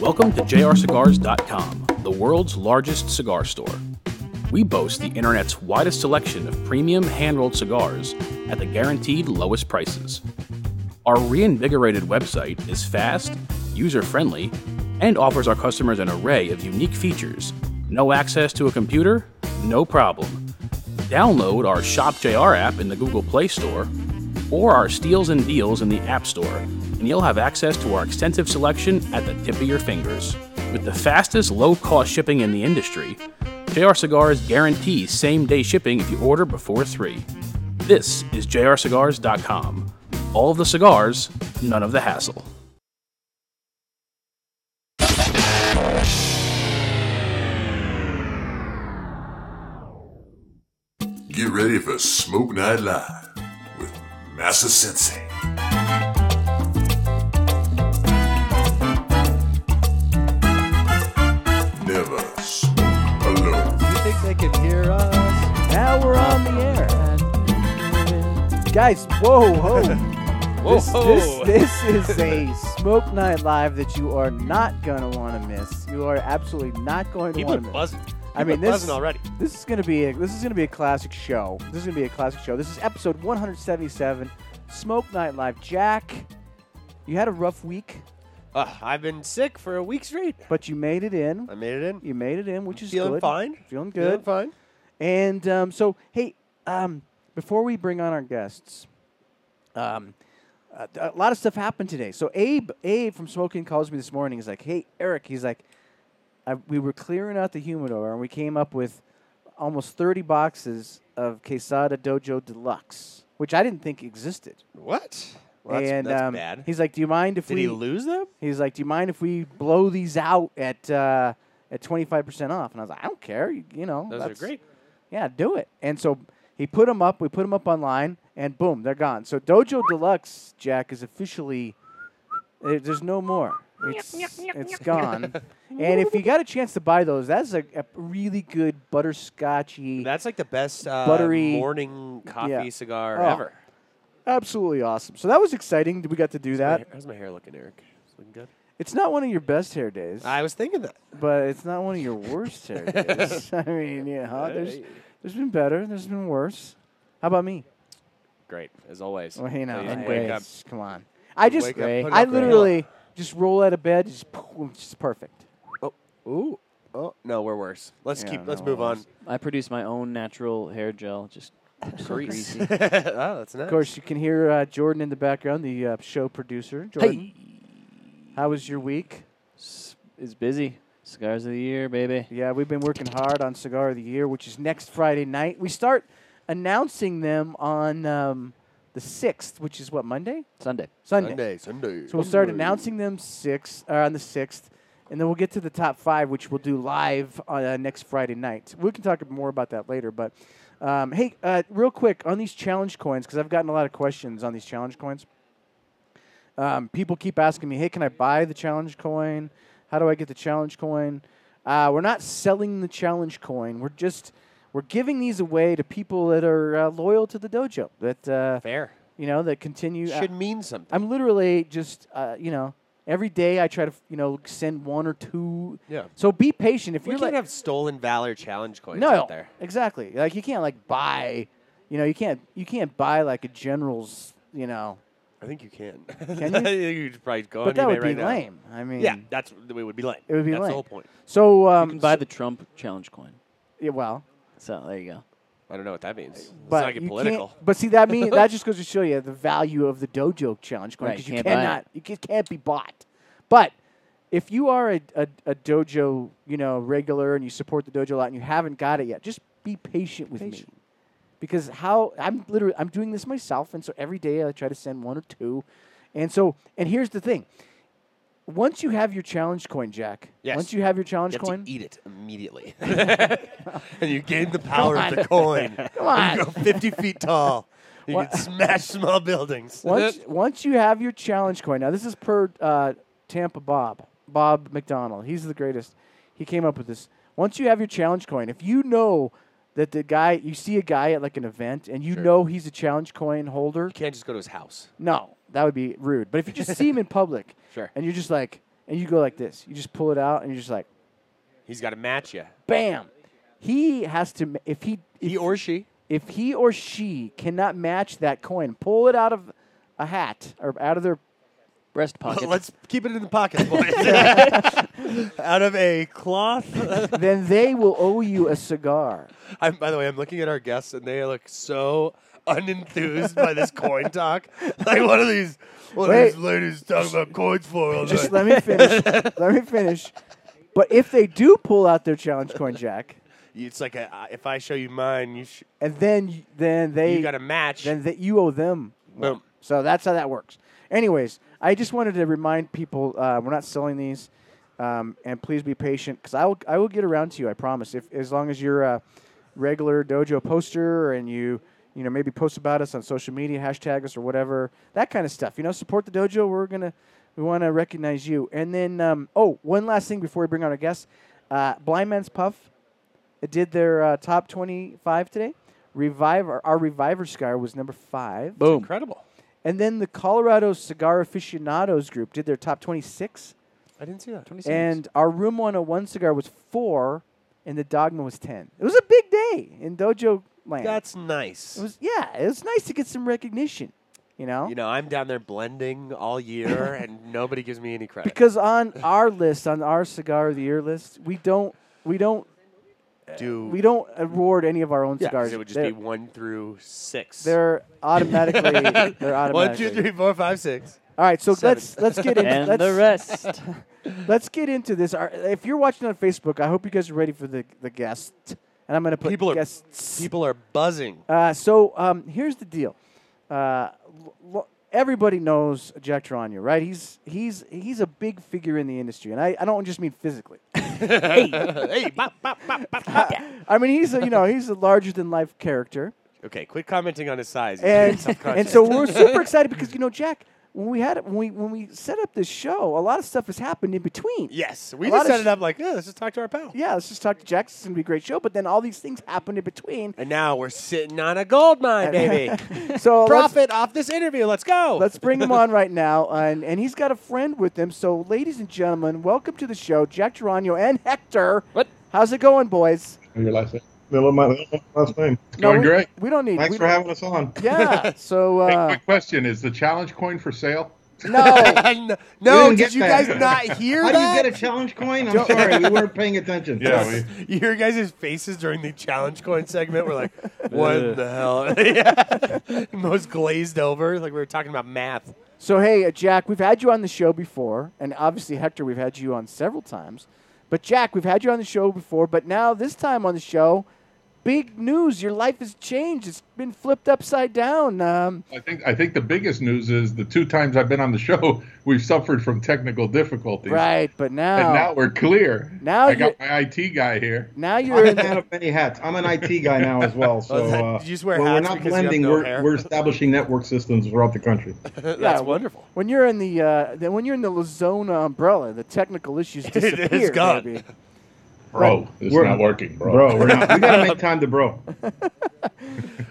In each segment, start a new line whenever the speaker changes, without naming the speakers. Welcome to jrcigars.com, the world's largest cigar store. We boast the internet's widest selection of premium hand rolled cigars at the guaranteed lowest prices. Our reinvigorated website is fast, user friendly, and offers our customers an array of unique features. No access to a computer? No problem. Download our Shop JR app in the Google Play Store or our Steals and Deals in the App Store, and you'll have access to our extensive selection at the tip of your fingers. With the fastest low cost shipping in the industry, JR Cigars guarantees same day shipping if you order before 3. This is jrcigars.com. All of the cigars, none of the hassle.
Get ready for Smoke Night Live with Massa Sensei. Never smoke alone.
You think they can hear us? Now we're on the air. And- Guys, whoa, whoa. This, this, this is a Smoke Night Live that you are not going to want to miss. You are absolutely not going to
People
want
are
to miss.
buzzing.
I mean,
People are
this-
buzzing already.
This is going to be a, this is going to be a classic show. This is going to be a classic show. This is episode 177, Smoke Night Live. Jack, you had a rough week,
Ugh, I've been sick for a week straight.
but you made it in.
I made it in.
You made it in, which is
Feeling
good.
fine.
Feeling good.
Feeling fine.
And um, so, hey, um, before we bring on our guests, um, a, a lot of stuff happened today. So Abe, Abe from Smoking calls me this morning. He's like, "Hey, Eric," he's like, I, "We were clearing out the humidor, and we came up with almost 30 boxes of Quesada Dojo Deluxe, which I didn't think existed."
What? Well, that's
and
that's
um,
bad.
he's like, "Do you mind if
Did
we?"
he lose them?
He's like, "Do you mind if we blow these out at uh, at 25 percent off?" And I was like, "I don't care. You, you know,
Those are
that's-
great.
yeah, do it. And so he put them up. We put them up online, and boom, they're gone. So Dojo Deluxe Jack is officially there- there's no more. It's, it's gone. and if you got a chance to buy those, that's a, a really good butterscotchy,
That's like the best uh,
Buttery-
morning coffee
yeah.
cigar
Oh,
ever.
absolutely awesome. So that was exciting. that We got to do
My
that.
hair- How's my hair looking, Eric? It's looking good.
It's not one of your best hair days,
I was thinking that.
but it's not one of your worst hair days. I mean, yeah, huh? there's
Hey.
there's been better. There's been worse. How about me?
Great, as always.
Well, hey, now,
Please
hey,
wake up.
Come on. I just,
wake up, put it
I
up there.
literally just roll out of bed, just, boom, just perfect.
Ooh. Oh no, we're worse. Let's
Yeah,
keep. Let's
no,
move
we're
on.
worse.
I produce my own natural hair gel, just so
Grease.
greasy.
oh, that's nice.
Of course, you can hear uh, Jordan in the background, the uh, show producer. Jordan, how was your week?
S- is busy. Cigars of the year, baby.
Yeah, we've been working hard on Cigar of the Year, which is next Friday night. We start announcing them on um, the sixth, which is what Monday,
Sunday.
Sunday.
Sunday, Sunday.
So we'll start announcing them six uh, on the sixth, and then we'll get to the top five, which we'll do live on uh, next Friday night. We can talk more about that later. But um, hey, uh, real quick on these challenge coins, because I've gotten a lot of questions on these challenge coins. Um, people keep asking me, "Hey, can I buy the challenge coin? How do I get the challenge coin?" Uh, we're not selling the challenge coin. We're just we're giving these away to people that are uh, loyal to the dojo. That uh,
Fair.
you know that continue. uh,
Should mean something.
I'm literally just, uh, you know, every day I try to, you know, send one or two.
Yeah.
So be patient. If
We
you're
can't
like,
have stolen valor challenge coins
no,
out there.
exactly. Like you can't like buy, you know, you can't you can't buy like a general's, you know.
I think you can.
you?
I think you could probably go
But that
on eBay
would be
right now.
lame. I mean,
Yeah, that's it would be lame.
It would be
that's
lame.
the whole point.
So um,
You can buy the Trump challenge coin.
yeah, well,
So there you go.
I don't know what that means. It's
but
not get
you
political.
Can't, but see that mean that just goes to show you the value of the dojo challenge coin
Right,
because
you
you
can't buy it.
cannot you ca- can't be bought. But if you are a, a, a dojo, you know, regular and you support the dojo a lot and you haven't got it yet, just be patient with me. Because how I'm literally I'm doing this myself and so every day I try to send one or two. And so and here's the thing. Once you have your challenge coin, Jack.
Yes.
Once you have your challenge
You have
coin,
to eat it immediately, and you gain the power of the coin. Come
on.
you go 50 feet tall. You
What-
can smash small buildings.
once once you have your challenge coin. Now this is per uh, Tampa Bob Bob McDonald. He's the greatest. He came up with this. Once you have your challenge coin, if you know that the guy you see a guy at like an event and you know he's a challenge coin holder,
you can't just go to his house.
no, that would be rude. But if you just see him in public,
Sure.
and you're just like, and you go like this. You just pull it out, and you're just like,
He's got to match you.
bam. He has to ma- if he if
He or she.
if he or she cannot match that coin, pull it out of a hat or out of their
Breast pocket.
Let's keep it in the pocket, boys. Out of a cloth. uh,
then they will owe you a cigar.
I'm, by the way, I'm looking at our guests, and they look so unenthused by this coin talk. Like one of these, one
Wait.
of these ladies talking about coins for all
Just
night.
let me finish. let me finish. But if they do pull out their challenge coin, Jack,
It's like a, uh, if I show you mine, you sh-
and then y- then they
you got a match.
then that you owe them. one.
Boom.
So that's how that works. Anyways, I just wanted to remind people uh, we're not selling these, um, and please be patient because I will I will get around to you. I promise. If as long as you're a regular dojo poster and you you know maybe post about us on social media, hashtag us or whatever that kind of stuff. You know, support the dojo. We're gonna we want to recognize you. And then um, oh, one last thing before we bring on our guests, uh, Blind Man's Puff did their uh, top 25 today. Reviver, our Reviver Cigar was number five.
Boom.
incredible.
And then the Colorado Cigar Aficionados group did their top 26.
I didn't see that.
26.
And our Room 101 cigar was four, and the Dogma was 10. It was a big day in Dojo Land.
That's nice.
it was, yeah, it was nice to get some recognition, you know?
you know, I'm down there blending all year, and nobody gives me any credit.
because on our list, on our Cigar of the Year list, we don't, we don't,
Do
we don't award any of our own
Yeah, 'cause
cigars.
It would just
they're,
be one through six.
they're automatically, they're
one,
automatically.
two, three, four, five, six.
All right, so let
Seven.
let's let's get into
and
let's,
the rest.
let's get into this. Our- If you're watching on Facebook, I hope you guys are ready for the the guest. And I'm going to put
People are-
guests.
People are buzzing.
Uh, so um, here's the deal. Uh, l- l- everybody knows Jack Trania, right? He's he's he's a big figure in the industry, and I, I don't just mean physically. Uh,
hey, bop, bop, bop, bop, bop.
I mean he's a you know he's a larger than life character.
Okay, quit commenting on his size. He's getting
and and
self-conscious.
so we're super excited because you know Jack, when we had when we when we set up this show, a lot of stuff has happened in between.
yes, we
a lot
just
of sh-
set it up like, yeah, let's just talk to our pal.
Yeah, let's just talk to Jack. It's gonna be a great show. But then all these things happened in between.
And now we're sitting on a gold mine, baby.
So let's,
Profit off this interview. Let's go.
let's bring him on right now, and and he's got a friend with him. So ladies and gentlemen, welcome to the show, Jack Geronio and Hector.
What?
How's it going, boys?
your last name. Little my little last name. It's going
we,
great.
We don't need.
Thanks
we
for having us on.
Yeah. So
Hey,
uh,
my question is: the challenge coin for sale?
no,
no, no,
didn't
did
get
you
that.
guys not hear
How do you
that?
get a challenge coin? I'm sorry, we weren't paying attention.
Yeah, we,
Your guys' faces during the challenge coin segment were like, what the hell? Yeah. Most glazed over. Like we were talking about math.
So hey, uh, Jack, we've had you on the show before, and obviously Hector, we've had you on several times. But Jack, we've had you on the show before, but now this time on the show, big news! Your life has changed. It's been flipped upside down. Um,
I think I think the biggest news is the two times I've been on the show, we've suffered from technical difficulties,
right, but now,
and now we're clear.
Now
I got my IT guy here.
now you're
I'm
in
a man of many hats. I'm an IT guy now as well. So
Oh, is that-
uh,
did you just wear
when we're
hats
not
because you have
blending.
no
we're,
hair?
we're establishing network systems throughout the country.
That's
Yeah, when-
wonderful.
when you're in the uh, then when you're in the Lazona umbrella, the technical issues
is
disappear.
gone.
baby.
Bro, Oh, it's
We're-
not working, bro.
Bro, we're not. We gotta make time to bro.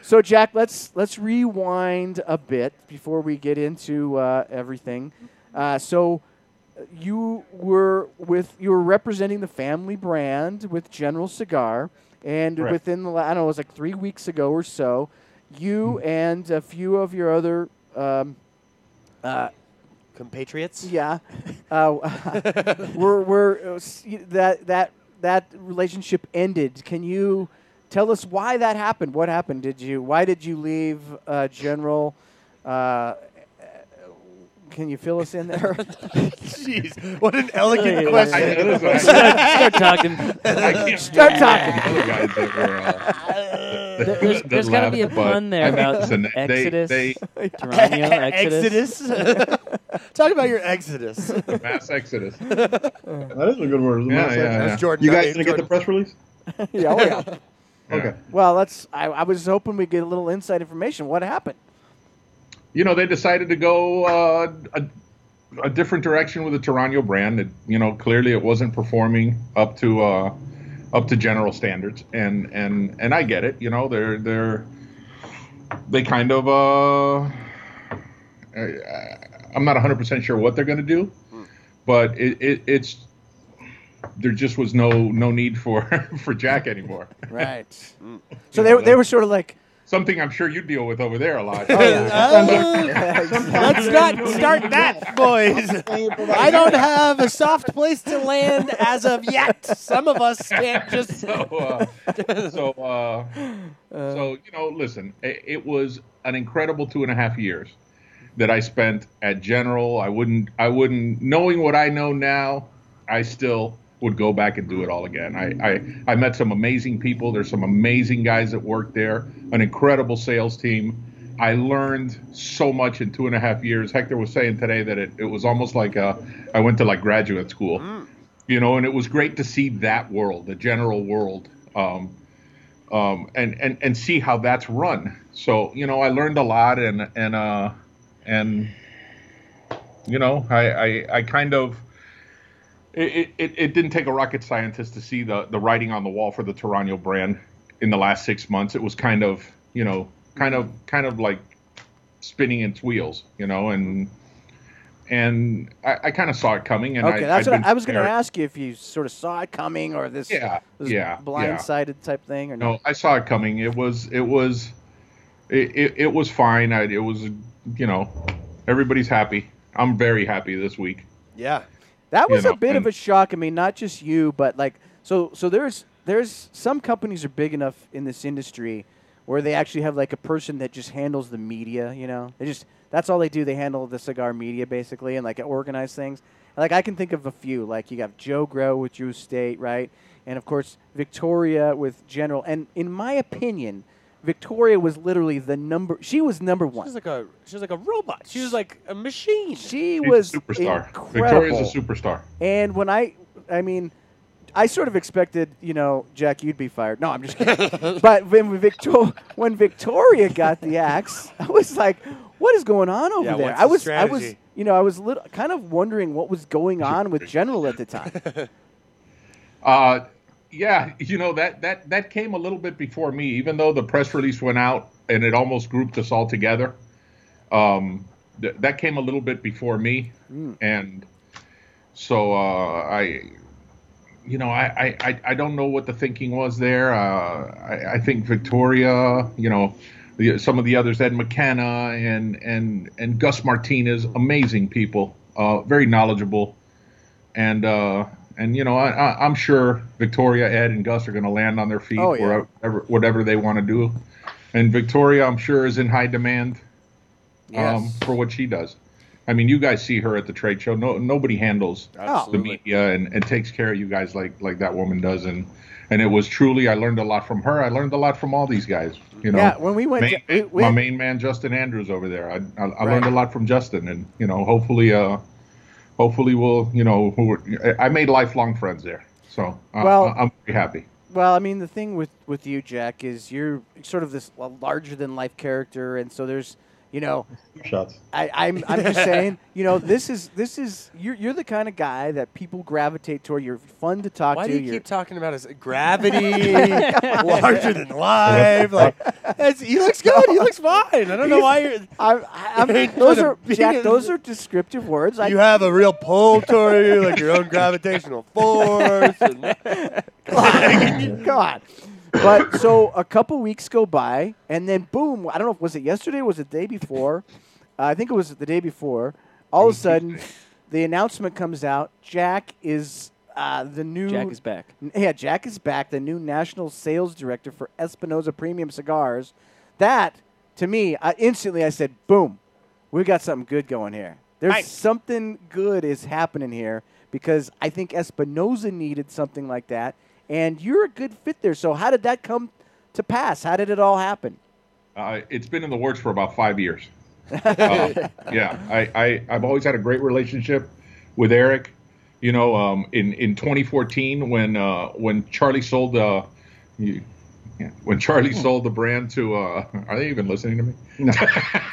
So Jack, let's let's rewind a bit before we get into uh, everything. Uh, so you were with you were representing the family brand with General Cigar, and
Correct.
within the la- I don't know it was like three weeks ago or so, you
Mm-hmm.
and a few of your other um,
Compatriots?
yeah, uh, were were uh, s- y- that that that relationship ended. Can you tell us why that happened? What happened? Did you why did you leave uh, General? Uh, can you fill us in there?
Jeez, what an elegant question.
I, that is what I-
Start talking.
I can't
Start talking.
Other guys that were, uh, that-
There's,
that
there's got to be a
laughed, but
pun there
I mean,
about
listen, they-
Exodus.
they-
Geronimo, Exodus.
Talk about your Exodus.
the mass exodus.
That is a good word. isn't it?
Yeah,
It's
yeah,
like-
yeah.
That's Jordan.
You
I
guys
mean,
didn't get the
Jordan.
press release?
yeah, oh yeah.
Yeah.
Okay.
Well, let's. I, I was hoping we get a little inside information. What happened?
you know, they decided to go uh, a, a different direction with the Tarano brand. It, you know, clearly it wasn't performing up to uh, up to general standards, and and and I get it. You know, they're they're they kind of uh, I, I'm not 100 percent sure what they're going to do, but it, it it's there just was no no need for for Jack anymore.
Right. so they, were- they were sort of like,
Something I'm sure you deal with over there a lot.
Oh. Let's not start that, boys. I don't have a soft place to land as of yet. Some of us can't just.
so, uh, so, uh, so you know, listen, it, it was an incredible two and a half years that I spent at General. I wouldn't, I wouldn't, knowing what I know now, I still would go back and do it all again. I, I, I met some amazing people. There's some amazing guys that work there. An incredible sales team. I learned so much in two and a half years. Hector was saying today that it, it was almost like uh, I went to like graduate school you know, and it was great to see that world, the general world, um, um, and and and see how that's run. So you know, I learned a lot, and and uh, and you know, I I, I kind of. It, it, it didn't take a rocket scientist to see the, the writing on the wall for the Tarano brand in the last six months. It was kind of you know kind of kind of like spinning its wheels, you know, and and I, I kind of saw it coming. And
okay,
I,
that's
I'd
what
been
I, I was going to
prepared.
ask you if you sort of saw it coming or this,
Yeah,
this
yeah,
blindsided type thing or
No, I saw it coming. It was it was it it, it was fine. I, it was you know everybody's happy. I'm very happy this week.
Yeah.
That
you
was a
know,
bit of
and-
a shock. I mean, not just you, but like so so there's there's some companies are big enough in this industry where they actually have like a person that just handles the media, you know. They just that's all they do. They handle the cigar media basically and like organize things. Like I can think of a few. Like you got Joe Grow with Drew State, right? And of course Victoria with General. And in my opinion, Victoria was literally the number she was number
She
one.
was like a she was like a robot. She was like a machine.
She
She's
was
a superstar.
incredible.
Victoria's a superstar.
And when I, I mean, I sort of expected, you know, Jack, you'd be fired. No, I'm just kidding. but when, Victor- when Victoria got the axe, I was like, what is going on over
Yeah,
there?
what's
I
the
was, I was,
strategy?
you know, I was lit- kind of wondering what was going on with General at the time.
Uh, yeah, you know that that that came a little bit before me, even though the press release went out and it almost grouped us all together. Um, th- that came a little bit before me,
Hmm.
and so uh, I, you know, I, I- I I don't know what the thinking was there. Uh, I, I think Victoria, you know. The, some of the others, Ed McKenna and and and Gus Martinez, amazing people, uh, very knowledgeable and uh, and you know I, I, I'm sure Victoria, Ed, and Gus are going to land on their feet
Oh, yeah.
wherever, whatever they want to do. And Victoria, I'm sure, is in high demand um,
Yes.
for what she does. I mean, you guys see her at the trade show. No, nobody handles
Oh,
the media and, and takes care of you guys like like that woman does. And and it was truly, I learned a lot from her. I learned a lot from all these guys. You know,
yeah, when we went,
main,
to, we, we
my
had-
main man Justin Andrews over there. I, I, I
Right.
learned a lot from Justin, and you know, hopefully, uh, hopefully we'll, you know, who were- I I made lifelong friends there, so I,
Well-
I, am pretty happy.
Well, I mean, the thing with with you, Jack, is you're sort of this larger than life character, and so there's, you know,
Shots.
I, I'm, I'm just saying, you know, this is this is you're, you're the kind of guy that people gravitate toward. You're fun to talk
Why
to.
do you
you're-
keep talking about his gravity, larger than life? Like, that's, he looks good. He looks fine. I don't know why you're.
I'm, I'm,
You're
those
trying
are
to be
Jack.
in-
Those are descriptive words. I,
You have a real pull toward you, like your own gravitational force. And,
God. But so a couple weeks go by, and then boom! I don't know. Was it yesterday? Was it the day before? Uh, I think it was the day before. All of a sudden, the announcement comes out. Jack is uh, the new
Jack is back.
Yeah, Jack is back, the new national sales director for Espinosa Premium Cigars. That, to me, I, instantly I said, boom, we got something good going here. There's
Nice.
something good is happening here because I think Espinosa needed something like that, and you're a good fit there. So how did that come to pass? How did it all happen?
Uh, it's been in the works for about five years. Uh, yeah, I, I I've always had a great relationship with Eric. You know, um, in in 2014 when uh, when Charlie sold uh, you, yeah, when Charlie sold the brand to uh, are they even listening to me?
No.
Of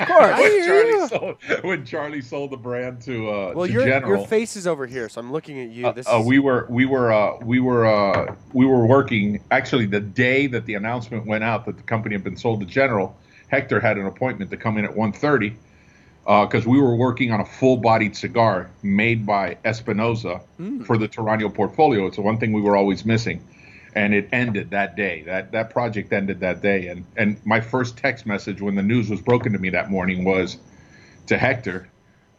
course.
when, Charlie sold, when Charlie sold the brand to uh,
well,
to
your
General,
your face is over here, so I'm looking at you.
uh,
this
uh,
is,
we were we were uh, we were uh, we were working actually the day that the announcement went out that the company had been sold to General. Hector had an appointment to come in at 1.30. because uh, we were working on a full-bodied cigar made by Espinosa
Mm.
for the Tarano portfolio. It's the one thing we were always missing, and it ended that day. That that project ended that day, and and my first text message when the news was broken to me that morning was to Hector.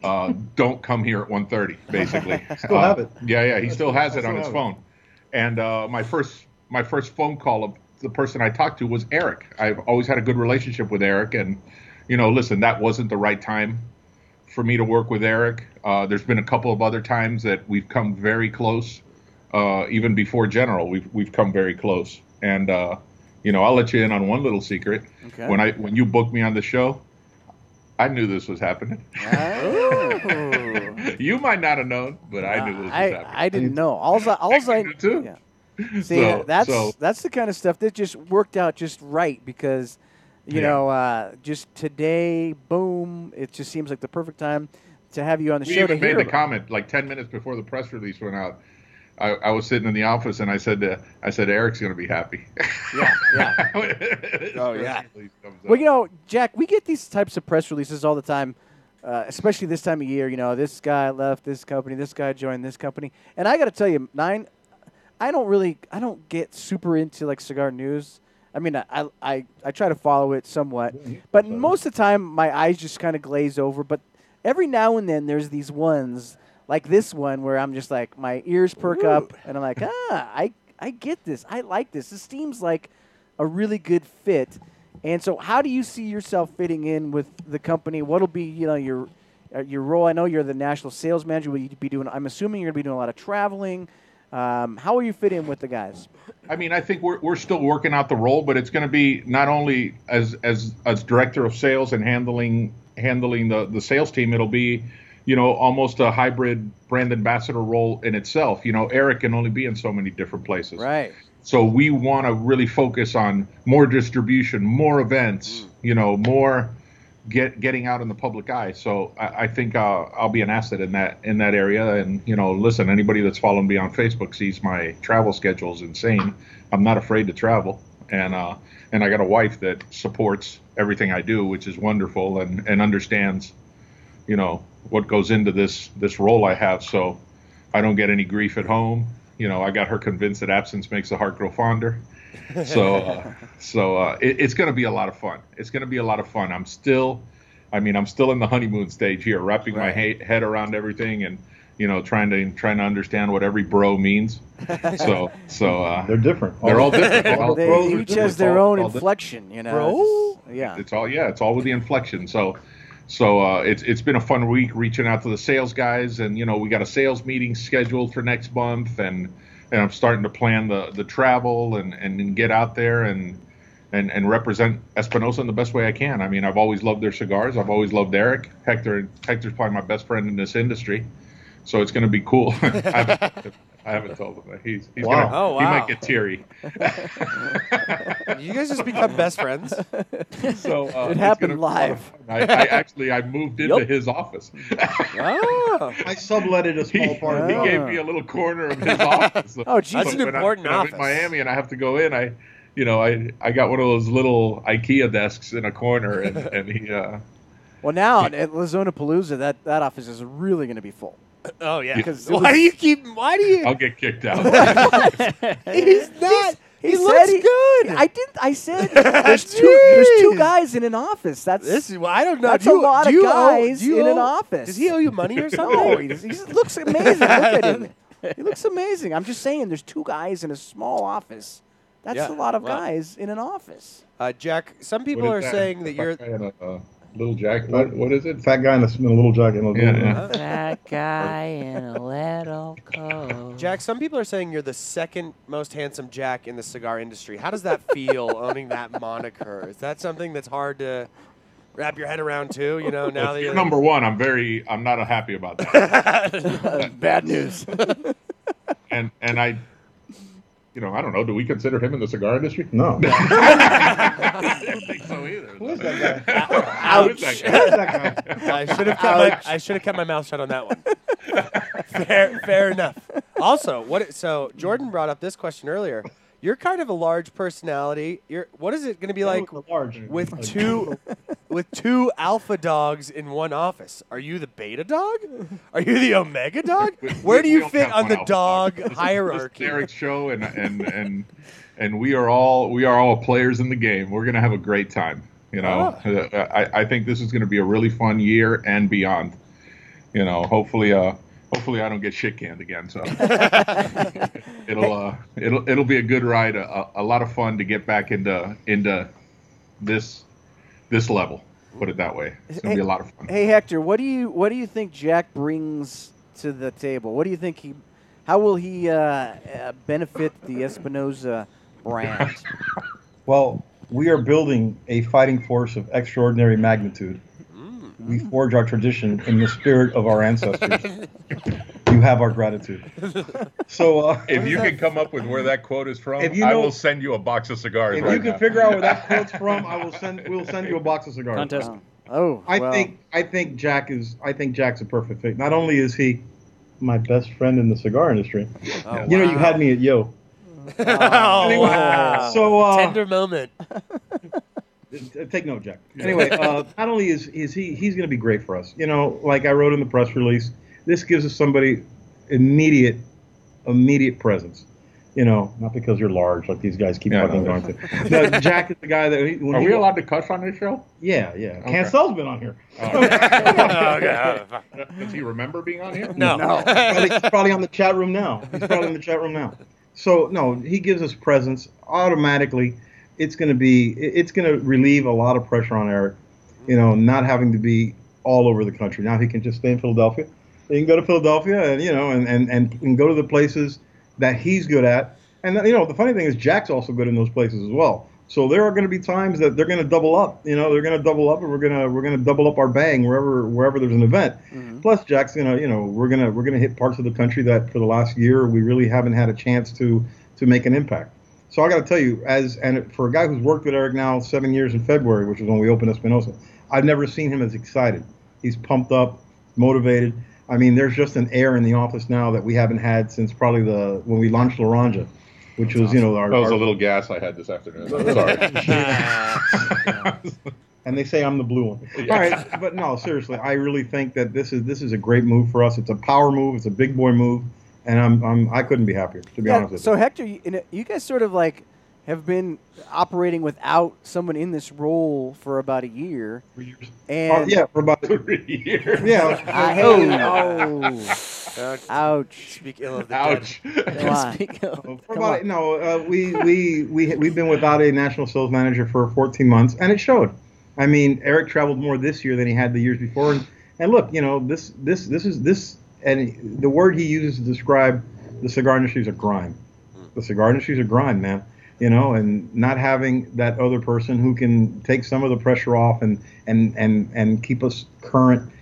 Uh, don't come here at 1.30, basically. Uh,
Still have it.
Yeah, yeah, he still has it on
still
his
have it.
phone. And uh, my first my first phone call of the person I talked to was Eric. I've always had a good relationship with Eric, and you know, listen, that wasn't the right time for me to work with Eric. Uh, there's been a couple of other times that we've come very close, uh, even before General. We've we've come very close, and uh, you know, I'll let you in on one little secret.
Okay.
When I when you booked me on the show, I knew this was happening.
Oh.
you might not have known, but I knew this was
I,
happening.
I didn't know. All's I, all's I
did too.
Yeah. See,
So-
that's
so-
that's the kind of stuff that just worked out just right because, you
Yeah.
know, uh, just today, boom, it just seems like the perfect time to have you on the
we
show to
even made
hear.
the
about.
comment like 10 minutes before the press release went out I, I was sitting in the office and I said, to, "I said Eric's going to be happy."
Yeah, yeah.
oh yeah.
Well, you know, Jack, we get these types of press releases all the time, uh, especially this time of year. You know, this guy left this company, this guy joined this company, and I got to tell you, nine, I don't really, I don't get super into like cigar news. I mean, I I, I, I try to follow it somewhat, but most of the time my eyes just kind of glaze over. But every now and then there's these ones like this one where I'm just like my ears perk up and I'm like, ah, I I get this, I like this. This seems like a really good fit. And so, how do you see yourself fitting in with the company? What'll be, you know, your uh, your role? I know you're the national sales manager. Will you be doing? I'm assuming you're going to be doing a lot of traveling. Um, how will you fit in with the guys?
I mean, I think we're we're still working out the role, but it's going to be not only as as as director of sales and handling handling the the sales team. It'll be, you know, almost a hybrid brand ambassador role in itself. You know, Eric can only be in so many different places.
Right.
So we want to really focus on more distribution, more events, you know, more get getting out in the public eye. So I, I think uh, I'll be an asset in that in that area. And you know, listen, anybody that's following me on Facebook sees my travel schedule is insane. I'm not afraid to travel, and uh, and I got a wife that supports everything I do, which is wonderful, and and understands, you know, what goes into this this role I have. So I don't get any grief at home. You know, I got her convinced that absence makes the heart grow fonder. So, uh, so uh, it, it's going to be a lot of fun. It's going to be a lot of fun. I'm still, I mean, I'm still in the honeymoon stage here, wrapping my he- head around everything and you know trying to trying to understand what every bro means. So, so uh,
They're different.
they're all different. They're all-
They
Bros are
each
different.
has their
All-
own
all di-
inflection, you know.
Bro?
It's- Yeah.
it's all yeah, it's all with the inflection. So so uh, it's it's been a fun week reaching out to the sales guys, and you know we got a sales meeting scheduled for next month, and and I'm starting to plan the the travel and and, and get out there and. And, and represent Espinosa in the best way I can. I mean, I've always loved their cigars. I've always loved Eric. Hector Hector's probably my best friend in this industry, so it's going to be cool. I, haven't, I haven't told him that he's he's
Wow.
gonna,
Oh,
he
wow.
might get teary.
You guys just become best friends.
So uh,
happened
it's gonna be a lot
live.
of fun. I, I actually I moved into his office.
Oh,
I subletted a
he,
small part.
he
of
gave me a little corner of his office.
Oh, geez.
But
That's an
when I-
important
when I'm
office.
in Miami, and I have to go in. I, you know, I I got one of those little IKEA desks in a corner, and and he. Uh,
Well, now at Lazona Palooza, that, that office is really going to be full.
oh yeah.
'Cause it
Why
was-
do you keep? Why do you?
Oh.
I'll get kicked out.
He's not. he
said
looks good.
I didn't. I said there's two. There's two
Jeez.
guys in an office. That's
This is. I don't know.
That's
do
a
you,
lot
do
of
you
guys
owe, do you
in an
owe-
office.
Does he owe you money or something?
No, he, he looks amazing. Look at him. He looks amazing. I'm just saying, there's two guys in a small office. That's
Yeah,
a lot of
wow.
guys in an office.
Uh, Jack, some people
What
are
is that?
saying that
If I
you're.
had a, uh, little jacket. What, what is it?
Fat guy in a, in a little jacket. And a little
Yeah, yeah.
That guy in a little coat.
Jack, some people are saying you're the second most handsome Jack in the cigar industry. How does that feel owning that moniker? Is that something that's hard to wrap your head around too? You know, now that you're
If you're number one, I'm very. I'm not happy about that.
Bad news.
and and I. You know, I don't know. Do we consider him in the cigar industry?
No.
I don't think so either. Who
is that guy?
is that guy?
That guy.
I should have kept my, I should have kept my mouth shut on that one. fair, fair enough. Also, what? So Jordan brought up this question earlier. You're kind of a large personality. You're. What is it going to be like
Large.
with two with two alpha dogs in one office. Are you the beta dog? Are you the omega dog? Where do
We
you
don't
fit
have
on
one
the
alpha
dog
This is- this is
hierarchy?
Derek's show, and and and and we are all we are all players in the game. We're gonna have a great time. You know, Uh, I, I think this is gonna be a really fun year and beyond. You know, hopefully, uh, hopefully I don't get shit canned again. So it'll uh, it'll it'll be a good ride, a, a- a lot of fun to get back into into this this level. Put it that way. It's gonna be a lot of fun.
Hey Hector, what do you what do you think Jack brings to the table? What do you think he, how will he uh, uh, benefit the Espinosa brand?
Well, we are building a fighting force of extraordinary magnitude.
Mm.
We forge our tradition in the spirit of our ancestors. you have our gratitude. So, uh,
If you can come up with where that quote is from,
If you
I
know-
will send you a box of cigars.
if
right
you
now.
can figure out where that quote's from, I will send. We'll send you a box of cigars.
Contest.
oh,
I
well,
think I think Jack is I think Jack's a perfect fit. Not only is he
My best friend in the cigar industry.
Oh,
You know, you
wow.
had me at yo.
oh,
Anyway,
wow.
so uh,
Tender moment.
Uh, Take note, Jack. Anyway, uh, not only is, is he he's going to be great for us. You know, like I wrote in the press release, this gives us somebody immediate, immediate presence. You know, not because you're large like these guys keep
Yeah, I
fucking
know.
going to. No, Jack is the guy that. he- When
Are
he,
we allowed to cuss on this show?
Yeah, yeah.
Okay.
Cancel's been on here.
Does he remember being on here?
no.
probably, he's probably on the chat room now. He's probably in the chat room now. So no, he gives us presence automatically. It's going to be. it- It's going to relieve a lot of pressure on Eric. You know, not having to be all over the country. Now he can just stay in Philadelphia. He can go to Philadelphia and you know and and and, and go to the places that he's good at. And you know the funny thing is Jack's also good in those places as well. So there are going to be times that they're going to double up. You know, they're going to double up, and we're going to we're going to double up our bang wherever wherever there's an event. Plus, Jack's gonna, you know, we're gonna we're gonna hit parts of the country that for the last year we really haven't had a chance to to make an impact. So I got to tell you, as and for a guy who's worked with Eric now seven years in February, which is when we opened Espinosa, I've never seen him as excited. He's pumped up, motivated. I mean, there's just an air in the office now that we haven't had since probably the when we launched Laranja, which was you know our,
That was
our-
a little gas I had this afternoon. Sorry.
and they say I'm the blue one. All right, but no, seriously, I really think that this is this is a great move for us. It's a power move. It's a big boy move, and I'm, I'm I couldn't be happier to be
Yeah,
honest with
so
you.
Hector, you, in a- you guys sort of like have been operating without someone in this role for about a year,
Oh,
and
yeah, for about
Three years.
yeah.
I, oh,
Uh,
ouch.
speak ill of the
Ouch.
Why?
Speak of-
For about, no, uh, we, we, we, we've been without a national sales manager for 14 months, and it showed. I mean, Eric traveled more this year than he had the years before. And, and look, you know, this, this, this is this, and the word he uses to describe the cigar industry is a grind. The cigar industry is a grind, man. You know, and not having that other person who can take some of the pressure off and and and and keep us current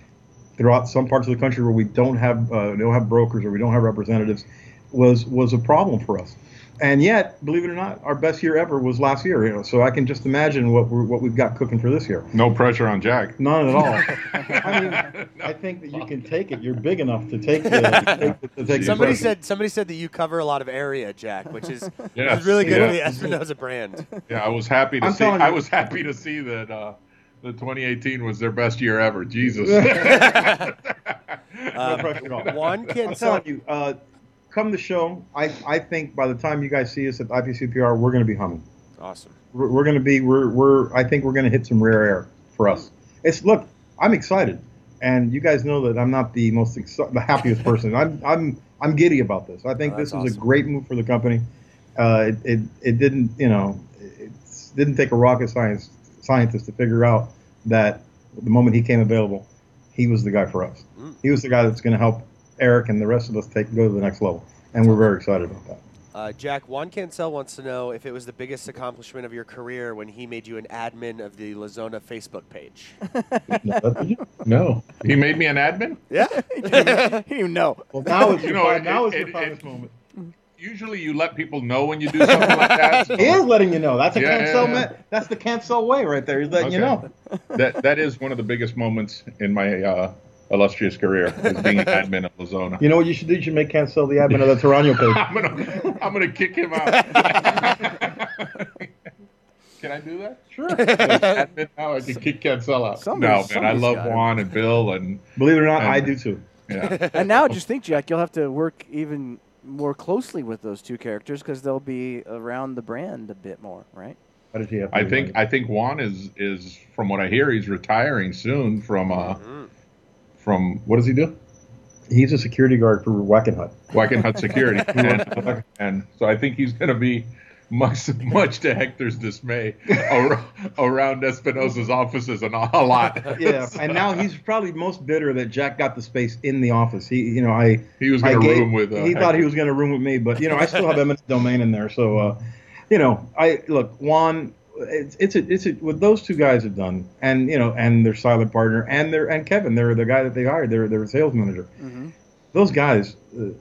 throughout some parts of the country where we don't have uh, don't have brokers or we don't have representatives was was a problem for us. And yet, believe it or not, our best year ever was last year. You know, so I can just imagine what we're, what we've got cooking for this year.
No pressure on Jack.
None at all. I mean, I think that you can take it. You're big enough to take the. To take, to take
Somebody
the pressure.
said somebody said that you cover a lot of area, Jack, which is, which is
Yes,
really good
yeah.
for the Espinosa brand.
Yeah, I was happy to
I'm
see.
telling you.
I was happy to see that uh, the 2018 was their best year ever. Jesus.
No
Um,
pressure at all.
One can
I'm telling
sell.
you, uh, come the show. I, I think by the time you guys see us at IPCPR, we're going to be humming.
Awesome.
We're, we're going to be we're, we're I think we're going to hit some rare air for us. It's look, I'm excited, and you guys know that I'm not the most exci- the happiest person. I'm I'm I'm giddy about this. I think
Oh,
this is
that's
a
awesome.
great move for the company. Uh, it, it it didn't you know it didn't take a rocket science scientist to figure out that the moment he came available, he was the guy for us.
Mm.
He was the guy that's going to help Eric and the rest of us take go to the next level, and we're very excited about that.
Uh, Jack, Juan Cancel wants to know if it was the biggest accomplishment of your career when he made you an admin of the Lazona Facebook page.
no. He made me an admin?
Yeah.
you know,
Well, now is
You
your
know,
fi-
it-
now is
it-
your
it-
finest moment.
Usually you let people know when you do something like that. so-
He is letting you know. That's a
Oh. Yeah,
cancel.
yeah, yeah.
ma- That's the cancel way right there. He's letting you
Okay.
know.
that that is one of the biggest moments in my uh, illustrious career is being an admin of Lazona.
You know what you should do? You should make cancel the admin of the Tarano page.
I'm gonna I'm gonna kick him out. Can Can I do that?
Sure.
At midnight, I can kick Cancel out.
Somebody-
no, man, I
somebody's
love
gotta-
Juan and Bill and
Believe it or not,
And-
I do too.
yeah.
and now just think, Jack, you'll have to work even more closely with those two characters because they'll be around the brand a bit more, right?
Why did he have to
I
do
think
that?
I think Juan is is from what I hear he's retiring soon from uh from what does he do?
he's a security guard for Wackenhut.
Wagon Hut Security, and, and so I think he's going to be much much to Hector's dismay ar- around Espinosa's offices and a lot.
Yeah, and now he's probably most bitter that Jack got the space in the office. He, you know, I
He was
I
going to
gave-
room with. Uh,
he thought he
Hector.
was going to room with me, but you know, I still have eminent domain in there. So, uh, you know, I look Juan. It's it's a, it's a, what those two guys have done, and you know, and their silent partner, and their and Kevin, they're the guy that they hired, they're their sales manager.
Mm-hmm.
Those guys, uh,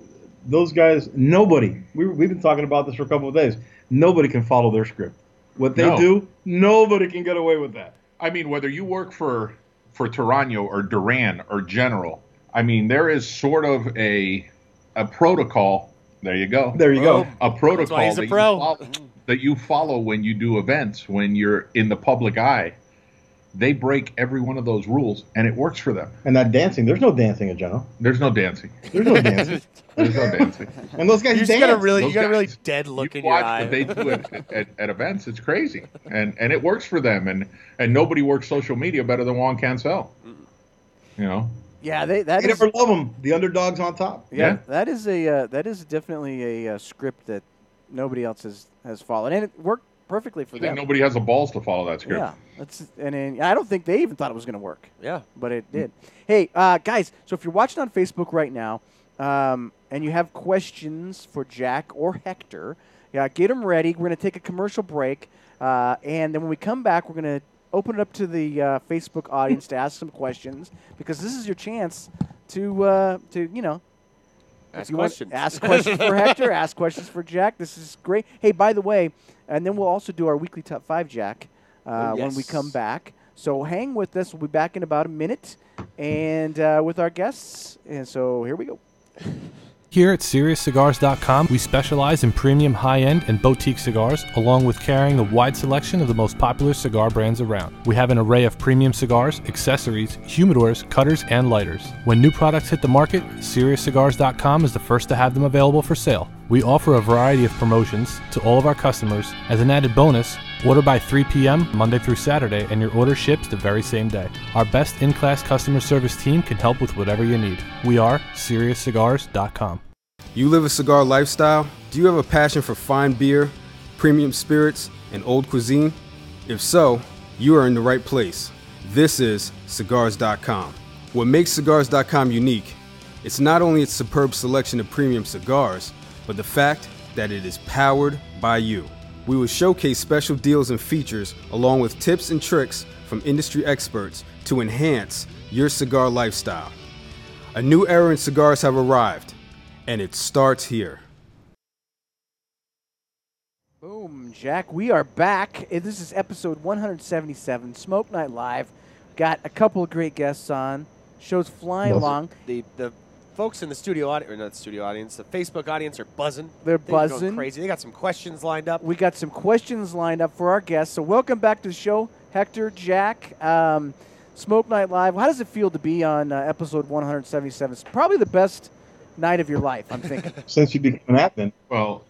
those guys, nobody. We, we've been talking about this for a couple of days. Nobody can follow their script. What they
No.
do, nobody can get away with that.
I mean, whether you work for for Tarano or Duran or General, I mean, there is sort of a a protocol. There you go.
There you go.
Boom.
a protocol
why he's a
that,
pro.
You follow, that you follow when you do events, when you're in the public eye. They break every one of those rules, and it works for them.
And that dancing, there's no dancing in general.
There's no dancing.
There's no dancing.
There's no dancing.
And those guys
You just
dance.
got a really, you
Those
got a really
guys,
dead look
you
in your
watch
eye.
what they do at, at, at events. It's crazy, and and it works for them. And and nobody works social media better than Juan Cancel. You know,
Yeah, they, that
they
is.
never love them. The underdog's on top.
Yeah,
Yeah.
that is a uh, that is definitely a uh, script that nobody else has has followed, and it worked perfectly for
I think
them.
nobody has the balls to follow that script.
Yeah, that's and then, I don't think they even thought it was going to work,
yeah.
but it did. Hey, uh, guys, so if you're watching on Facebook right now, um, and you have questions for Jack or Hector, yeah, get them ready. We're going to take a commercial break, uh, and then when we come back, we're going to open it up to the uh, Facebook audience to ask some questions because this is your chance to uh, to you know if
Ask
you want-
questions.
ask questions for Hector. Ask questions for Jack. This is great. Hey, by the way, and then we'll also do our weekly top five, Jack, uh,
Oh,
when we
yes.
come back. So hang with us. We'll be back in about a minute, and uh, with our guests. And so here we go.
Here at SeriousCigars.com, we specialize in premium high end and boutique cigars, along with carrying a wide selection of the most popular cigar brands around. We have an array of premium cigars, accessories, humidors, cutters, and lighters. When new products hit the market, SeriousCigars.com is the first to have them available for sale. We offer a variety of promotions to all of our customers. As an added bonus, order by 3 p.m. Monday through Saturday, and your order ships the very same day. Our best in class customer service team can help with whatever you need. We are SeriousCigars.com.
You live a cigar lifestyle? Do you have a passion for fine beer, premium spirits, and old cuisine? If so, you are in the right place. This is Cigars.com. What makes Cigars.com unique is not only its superb selection of premium cigars, but the fact that it is powered by you. We will showcase special deals and features along with tips and tricks from industry experts to enhance your cigar lifestyle. A new era in cigars have arrived, and it starts here.
Boom, Jack. We are back. Eh, This is episode 177, Smoke Night Live. Got a couple of great guests on. Show's flying
Love it.
along.
The the folks in the studio audience, or not the studio audience, the Facebook audience are buzzing.
They're
They've been
buzzing.
going crazy. They got some questions lined up.
We got some questions lined up for our guests. So welcome back to the show, Hector, Jack, um, Smoke Night Live. How does it feel to be on uh, episode 177? It's probably the best night of your life, I'm thinking.
Since you became an admin,
Well,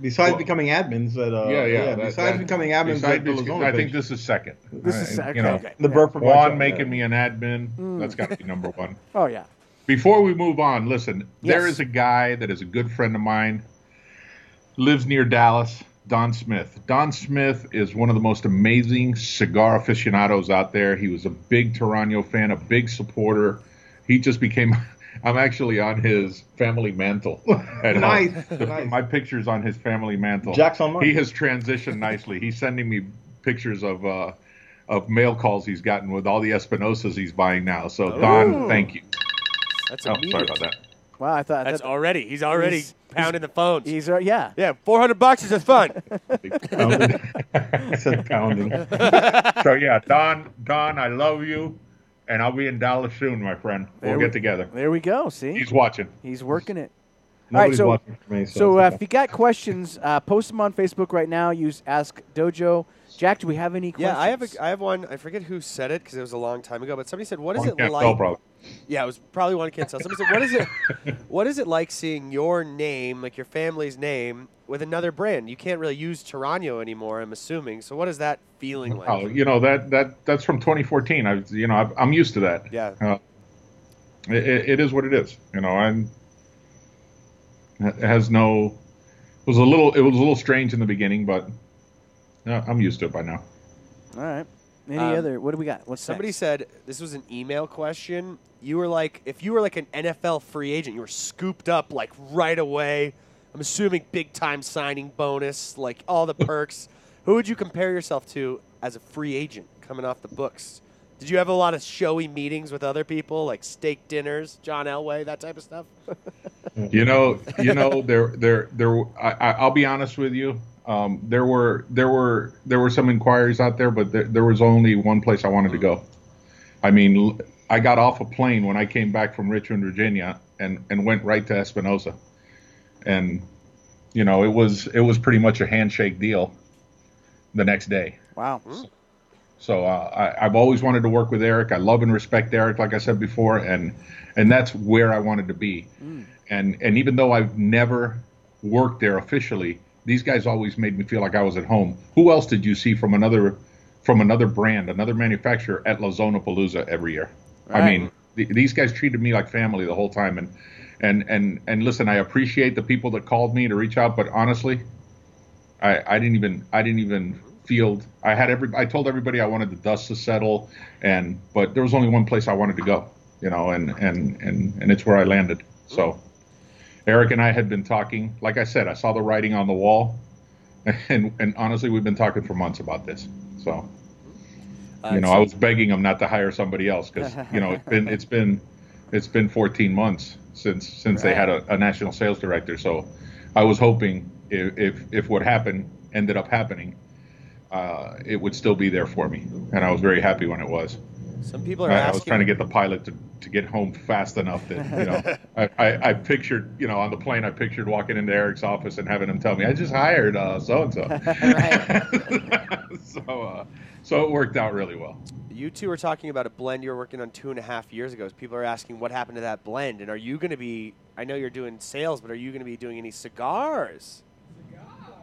besides
Well-
becoming admins at uh,
yeah, yeah. that-
besides
that-
becoming admins
besides
at Villa's
becoming-
own
I think
page.
this is second.
This is
Uh,
okay.
You know,
okay.
the
yeah.
Burford
Juan
Watch-
making
yeah.
me an admin.
Mm.
That's got to be number one.
Oh yeah.
Before we move on, listen, there
Yes.
is a guy that is a good friend of mine, lives near Dallas, Don Smith. Don Smith is one of the most amazing cigar aficionados out there. He was a big Tarano fan, a big supporter. He just became I'm actually on his family mantle. at home.
Nice,
The-
nice.
My picture's on his family mantle.
Jack's on mine.
He has transitioned nicely. He's sending me pictures of uh, of mail calls he's gotten with all the Espinosas he's buying now. So
Oh.
Don, thank you.
That's
Oh,
immediate.
sorry about that.
Wow, I thought
That's
that,
already. He's already
He's-
pounding the phones.
he's uh, yeah.
yeah, 400 bucks is a fun.
Pounding. I said pounding.
so yeah, Don, Don, I love you, and I'll be in Dallas soon, my friend. We'll
There we-
get together.
There we go. See,
He's
he's,
watching.
working it. All right,
Nobody's
so
watching for me. So,
So uh, if you got questions, uh, post them on Facebook right now. Use Ask Dojo. Jack, do we have any questions?
Yeah, I have a, I have one. I forget who said it because it was a long time ago, but somebody said, "What is
Juan
it
Cantel,
like?"
probably.
Yeah, it was probably one can't tell. Somebody said, "What is it? What is it like seeing your name, like your family's name, with another brand? You can't really use Tarano anymore, I'm assuming. So what is that feeling like?"
Oh, you know that that that's from 2014. I was- you know I've, I'm used to that.
Yeah.
Uh, it, it it is what it is. You know, and it has no. It was a little. It was a little strange in the beginning, but uh, I'm used to it by now.
All right. Any
Um,
other? What do we got? What's
Somebody
next?
said this was an email question. You were like, if you were like an NFL free agent, you were scooped up like right away. I'm assuming big time signing bonus, like all the perks. Who would you compare yourself to as a free agent coming off the books? Did you have a lot of showy meetings with other people, like steak dinners, John Elway, that type of stuff?
You know, you know, there, there, there. I, I- I'll be honest with you. Um, there were, there were, there were some inquiries out there, but there, there was only one place I wanted to go. I mean, l- I got off a plane when I came back from Richmond, Virginia, and and went right to Espinosa, and you know, it was it was pretty much a handshake deal the next day.
Wow.
Hmm.
So uh, I, I've always wanted to work with Eric. I love and respect Eric, like I said before, and and that's where I wanted to be. And and even though I've never worked there officially, these guys always made me feel like I was at home. Who else did you see from another from another brand, another manufacturer at La Zona Palooza every year? I mean, th- these guys treated me like family the whole time. And and and and listen, I appreciate the people that called me to reach out, but honestly, I, I didn't even I didn't even field. I had every I told everybody I wanted the dust to settle, and but there was only one place I wanted to go, you know, and and and and it's where I landed. So Eric and I had been talking. Like I said, I saw the writing on the wall, and and honestly, we've been talking for months about this. So
Uh,
you know, I was begging him not to hire somebody else because you know it's been it's been it's been 14 months since since they had a, a national sales director. So I was hoping if if, if what happened ended up happening, uh, it would still be there for me, and I was very happy when it was.
Some people are
I, I
asking.
was trying to get the pilot to, to get home fast enough that you know I, I, I pictured you know on the plane I pictured walking into Eric's office and having him tell me I just hired uh so and so. So uh, so it worked out really well.
You two were talking about a blend you were working on two and a half years ago. People are asking what happened to that blend, and are you going to be? I know you're doing sales, but are you going to be doing any cigars?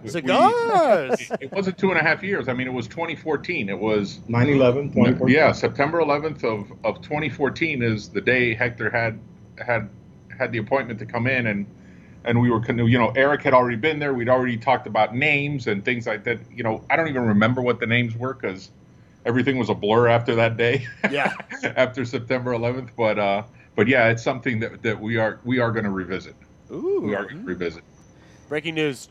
We-
Cigars.
it wasn't two and a half years. I mean, it was 2014. It was
9/11, 2014.
Yeah, September 11th of, of 2014 is the day Hector had had had the appointment to come in, and and we were con- you know Eric had already been there. We'd already talked about names and things like that. You know, I don't even remember what the names were because everything was a blur after that day.
Yeah.
after September 11th, but uh, but yeah, it's something that that we are we are going to revisit.
Ooh.
We are going to revisit.
Breaking news.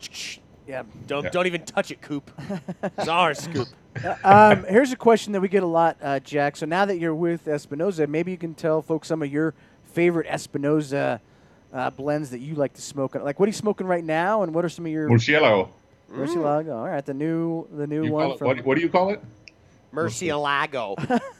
Yeah.
Don't
Yeah.
don't even touch it, Coop. It's our scoop.
um, here's a question that we get a lot, uh, Jack. So now that you're with Espinosa, maybe you can tell folks some of your favorite Espinosa uh, blends that you like to smoke. Like, what are you smoking right now, and what are some of your
Murcielago.
Murcielago? All right, the new, the new
Mm-hmm. You
one
call it,
from
what, what do you call it?
Murcielago.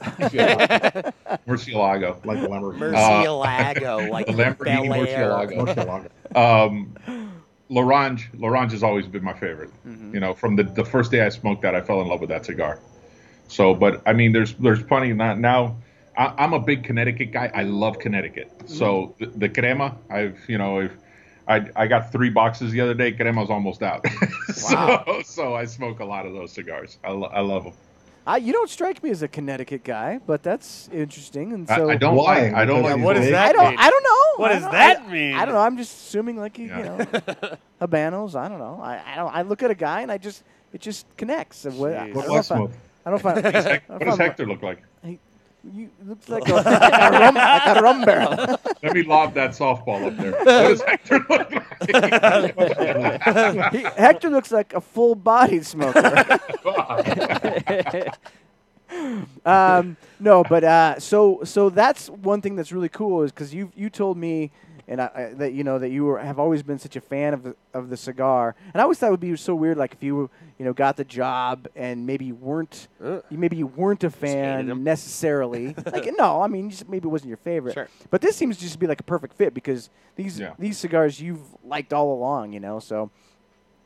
Murcielago.
like a lumber.
Murcielago. like
the Uh, Lamborghini
Bel Air.
Murcielago. Um, L'Orange, L'Orange has always been my favorite.
Mm-hmm.
You know, from the, the first day I smoked that, I fell in love with that cigar. So, but I mean, there's there's plenty not now. I, I'm a big Connecticut guy. I love Connecticut.
Mm-hmm.
So the, the crema, I've you know, I've, I I got three boxes the other day. Crema's almost out. so, so I smoke a lot of those cigars. I, lo- I love them.
I, you don't strike me as a Connecticut guy, but that's interesting. And so
I, I don't
Why?
like. I don't
Because
like.
what is
I
that
don't.
mean?
I don't know.
What
I
does
don't-
that
I,
mean?
I don't know. I'm just assuming, like you, you
Yeah.
know, habanos. I don't know. I, I don't. I look at a guy and I just it just connects. Of what, I,
Jeez.
don't
What
know
was
if I,
smoke?
I don't know if I. I don't know
What
if
does
I'm-
Hector look like?
You looks like a, like a rum, like a rum barrel.
Let me lob that softball up there. What does Hector look like?
He- Hector looks like a full-bodied smoker. um, no, but uh, so so that's one thing that's really cool is because you you told me and I, I, that you know that you were, have always been such a fan of the, of the cigar, and I always thought it would be so weird like if you you know got the job and maybe you weren't
Uh.
you maybe you weren't a fan
'em.
necessarily. like no, I mean just maybe it wasn't your favorite.
Sure.
But this seems to just to be like a perfect fit because these
Yeah.
these cigars you've liked all along, you know. So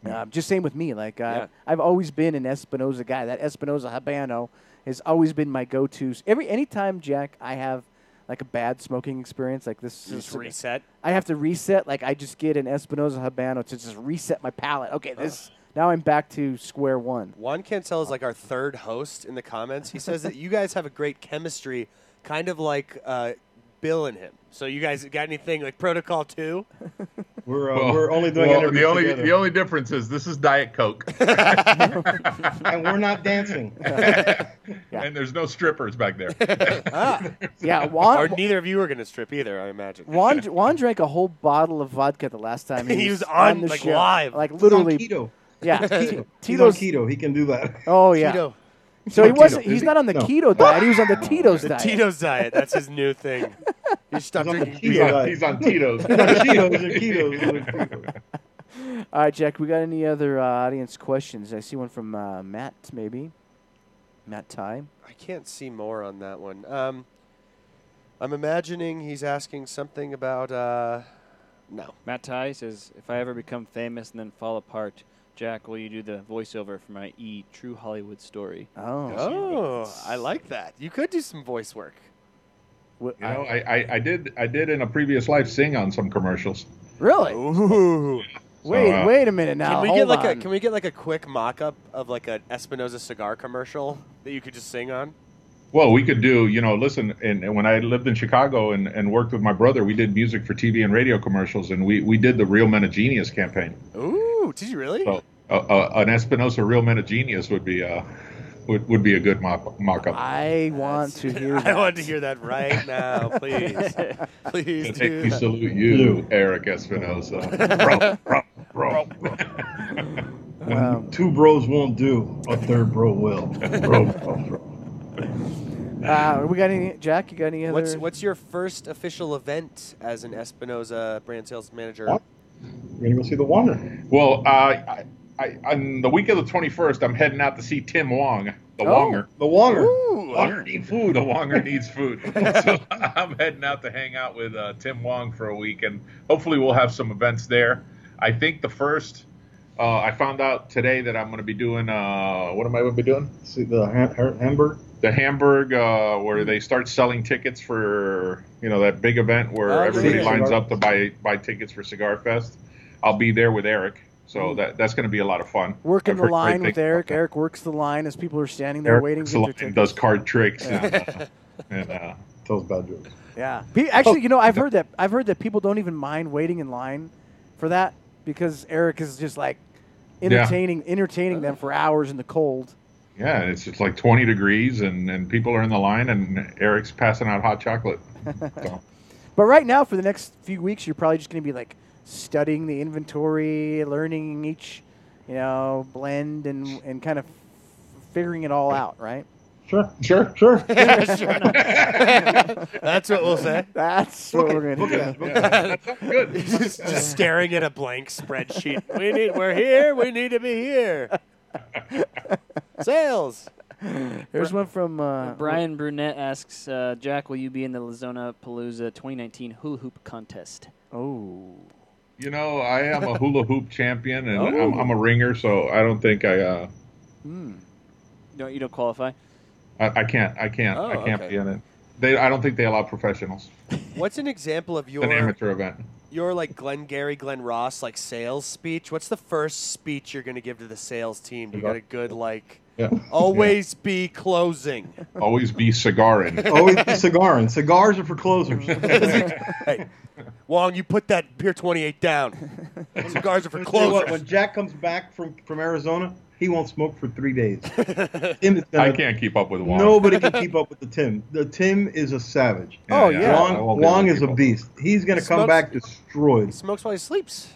Um, just same with me. Like uh,
Yeah.
I've always been an Espinosa guy. That Espinosa Habano has always been my go-to. Every anytime Jack, I have like a bad smoking experience. Like this
You
is
just reset?
I have to reset. Like I just get an Espinosa Habano to just reset my palate. Okay, this now I'm back to square one.
Juan Cancel is like our third host in the comments. He says that you guys have a great chemistry, kind of like uh, Bill and him. So you guys got anything like Protocol Two?
We're, uh,
Well,
we're only doing
well,
interviews
the only
together.
the only difference is this is Diet Coke,
and we're not dancing.
and there's no strippers back there.
Yeah, Juan-
or neither of you are going to strip either, I imagine.
Juan, Juan drank a whole bottle of vodka the last time he,
He was on,
the
like,
show.
live.
like
He's on
literally
keto.
Yeah,
He's
T-
on
Tito's
keto. He can do that.
Oh yeah.
Keto.
So he
Not
wasn't.
keto, is
He's
he?
not on the
No.
keto diet. He was on the Tito's
The
diet.
Tito's diet. That's his new thing. You stop drinking
He's
beer.
on, he's on Tito's.
Cheetos or Ketos.
All right, Jack. We got any other uh, audience questions? I see one from uh, Matt, maybe. Matt Ty.
I can't see more on that one. Um, I'm imagining he's asking something about. Uh, no.
Matt Ty says, if I ever become famous and then fall apart, Jack, will you do the voiceover for my E True Hollywood story?
Oh.
Oh, I like that. You could do some voice work.
What-
You know, I, I, I did I did in a previous life sing on some commercials.
Really?
Ooh.
wait,
uh,
wait a minute now.
Can we
Hold
get like a
on.
Can we get like a quick mock-up of like an Espinosa cigar commercial that you could just sing on?
Well, we could do, you know, listen, and, and when I lived in Chicago and, and worked with my brother, we did music for TV and radio commercials, and we, we did the Real Men of Genius campaign.
Ooh, did you really?
So uh, uh, an Espinosa Real Men of Genius would be uh, would, would be a good mock, mock-up.
I want to hear
I
that.
want to hear that right now, please. Please
Take-
do
we
that.
salute you, Eric Espinosa. Bro, bro, bro.
Um,
Two bros won't do. A third bro will. Bro, bro, bro.
uh, we got any? Jack, you got any other?
What's What's your first official event as an Espinosa brand sales manager?
What? We're gonna go see the Wonder.
Well, uh, I, I, on the week of the 21st, I'm heading out to see Tim Wong,
Oh.
the Wonger.
The Wonder.
Wonger need food. The Wonger needs food. so I'm heading out to hang out with uh, Tim Wong for a week, and hopefully we'll have some events there. I think the first. Uh, I found out today that I'm going to be doing. Uh, what am I going to be doing?
See the ha- ha- Hamburg.
The Hamburg, uh, where they start selling tickets for you know that big event where
Oh,
everybody
yeah.
lines up to buy buy tickets for Cigar Fest. I'll be there with Eric, so that that's going to be a lot of fun.
working
I've
the
heard great
line with
things about
Eric.
that.
Eric works the line as people are standing there
Eric
waiting
works
to
a
get
lot
their
and
tickets.
does card tricks and, uh, and uh,
Tells bad jokes.
Yeah. Pe-
Oh.
actually, you know, I've heard that. I've heard that people don't even mind waiting in line for that because Eric is just like
Yeah.
entertaining, entertaining them for hours in the cold.
Yeah, it's it's like 20 degrees, and, and people are in the line, and Eric's passing out hot chocolate. So,
But right now, for the next few weeks, you're probably just going to be like studying the inventory, learning each, you know, blend and and kind of figuring it all out, right?
Sure. Sure. Sure.
That's what we'll say.
That's what we're going to do.
good.
just, just staring at a blank spreadsheet. We need. We're here. We need to be here. Sales.
Here's one from uh,
Brian Brunette asks, uh, Jack, will you be in the Lazona Palooza 2019 hula hoop contest?
Oh,
You know, I am a hula hoop champion, and I'm, I'm a ringer, so I don't think I uh,
No, you don't qualify.
I, I can't I can't I
Oh,
can't
okay.
be in it. They I don't think they allow professionals.
What's an example of
It's an
your
amateur event.
your like Glenn Gary, Glenn Ross like sales speech? What's the first speech you're gonna give to the sales team? You got a good like
Yeah.
always be closing.
Always be cigarring.
Always be cigarring. Cigars are for closers.
Mm.
hey, Wong, you put that beer 28 down. Cigars are for
Tell you what,
closers.
when Jack comes back from, from Arizona, he won't smoke for three days. Tim is gonna-
I can't keep up with Wong.
Nobody can keep up with the Tim. The Tim is a savage.
Oh, yeah.
I won't
Wong,
be able
Wong
to
is
keep
a
up.
beast. He's going to come
Smokes-
back destroyed.
Smokes while he sleeps.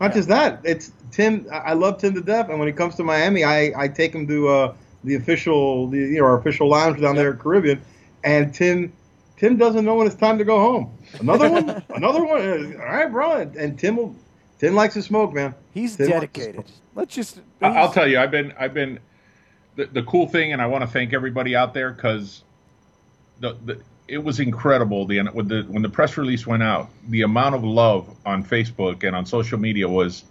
Not just that. It's Tim. I I love Tim to death, and when he comes to Miami, I, I take him to uh, the official, the you know, our official lounge down there at Caribbean, and Tim, Tim doesn't know when it's time to go home. Another one, another one. Uh, All right, bro. And, and Tim will. Tim likes to smoke, man.
he's
Tim likes to
dedicated.
smoke.
Let's just.
I- I'll tell you, I've been, I've been, the, the cool thing, and I want to thank everybody out there because the, the it was incredible. The when the when the press release went out, the amount of love on Facebook and on social media was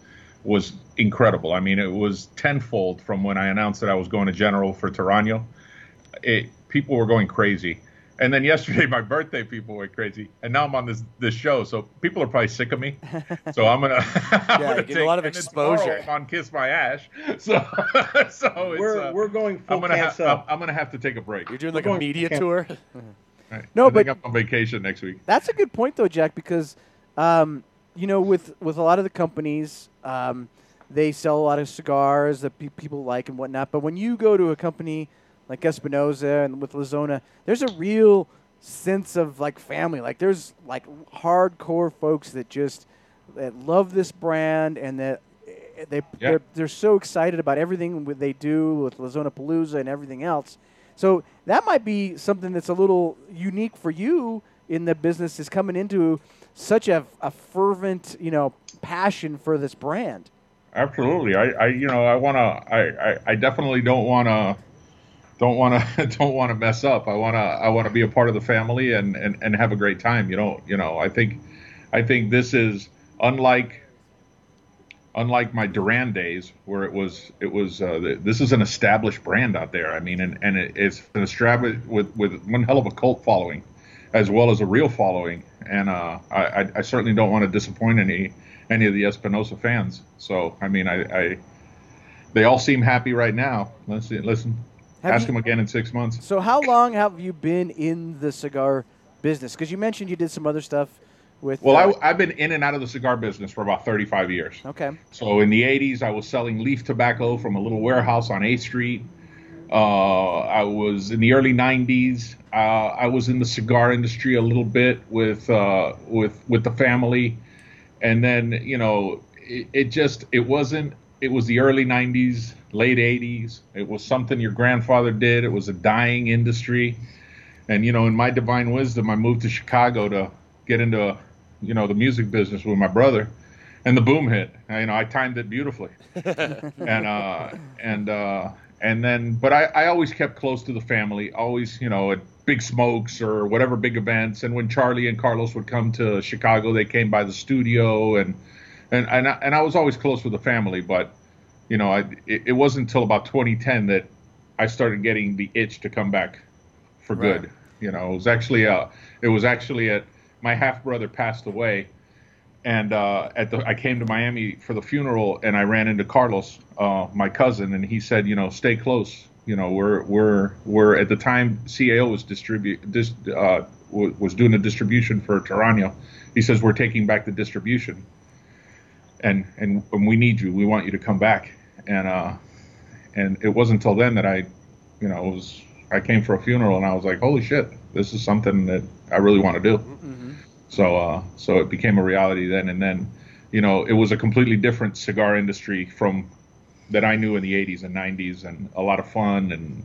was incredible. I mean, it was tenfold from when I announced that I was going to General for Tarano. It people were going crazy, and then yesterday my birthday, people went crazy, and now I'm on this this show, so people are probably sick of me. So I'm gonna I'm
Yeah,
gonna
you get a lot of
and then tomorrow
exposure.
I'm on Kiss My Ash. So so it's, uh,
We're- we're going full
I'm gonna
cats
have,
up.
I'm gonna have to take a break. You're
doing
like a We're going media full
tour?
No,
No,
but I'm on vacation next week.
That's a good point though, Jack, because um, you know with with a lot of the companies, um, they sell a lot of cigars that pe- people like and whatnot. But when you go to a company like Espinosa and with Lazona, there's a real sense of like family. Like there's like hardcore folks that just that love this brand and that eh, they they're, they're so excited about everything with- they do with Lazona Palooza and everything else. So that might be something that's a little unique for you in the business is coming into such a, a fervent, you know, passion for this brand.
Absolutely. I, I you know, I want to. I, I, I definitely don't want to. Don't want to. Don't want to mess up. I want to. I want to be a part of the family and, and and have a great time. You know. You know. I think. I think this is unlike. Unlike my Duran days, where it was, it was. Uh, th- this is an established brand out there. I mean, and and it, it's an established with with one hell of a cult following, as well as a real following. And uh, I, I- I certainly don't want to disappoint any any of the Espinosa fans. So I mean, I, I they all seem happy right now. Let's see, listen.
Have
Ask
you-
them again in six months.
So how long have you been in the cigar business? Because you mentioned you did some other stuff with.
Well,
uh,
I, I've been in and out of the cigar business for about 35 years.
okay.
So in the 80s, I was selling leaf tobacco from a little warehouse on 8th Street. Uh, I was in the early 90s. Uh, I was in the cigar industry a little bit with uh, with with the family, and then you know it, it just it wasn't. It was the early 90s, late 80s. It was something your grandfather did. It was a dying industry, and you know in my divine wisdom, I moved to Chicago to get into you know the music business with my brother and the boom hit. You know, I timed it beautifully, and uh, and uh, and then, but I, I always kept close to the family. Always, you know, at big smokes or whatever big events. And when Charlie and Carlos would come to Chicago, they came by the studio, and and and I, and I was always close with the family. But you know, I it, it wasn't until about 2010 that I started getting the itch to come back for
Right.
good. You know, it was actually uh, it was actually at my half brother passed away and uh, at the I came to Miami for the funeral, and I ran into Carlos, uh, my cousin, and he said, you know, stay close. You know, we're we're we're at the time CAO was distribute dis, uh, wa- was doing the distribution for Tarano. He says we're taking back the distribution, and and and we need you. We want you to come back. And uh, and it wasn't until then that I, you know, it was I came for a funeral, and I was like, holy shit, this is something that I really want to do.
Mm-hmm.
So uh, so it became a reality then, and then, you know, it was a completely different cigar industry from that I knew in the 80s and 90s, and a lot of fun, and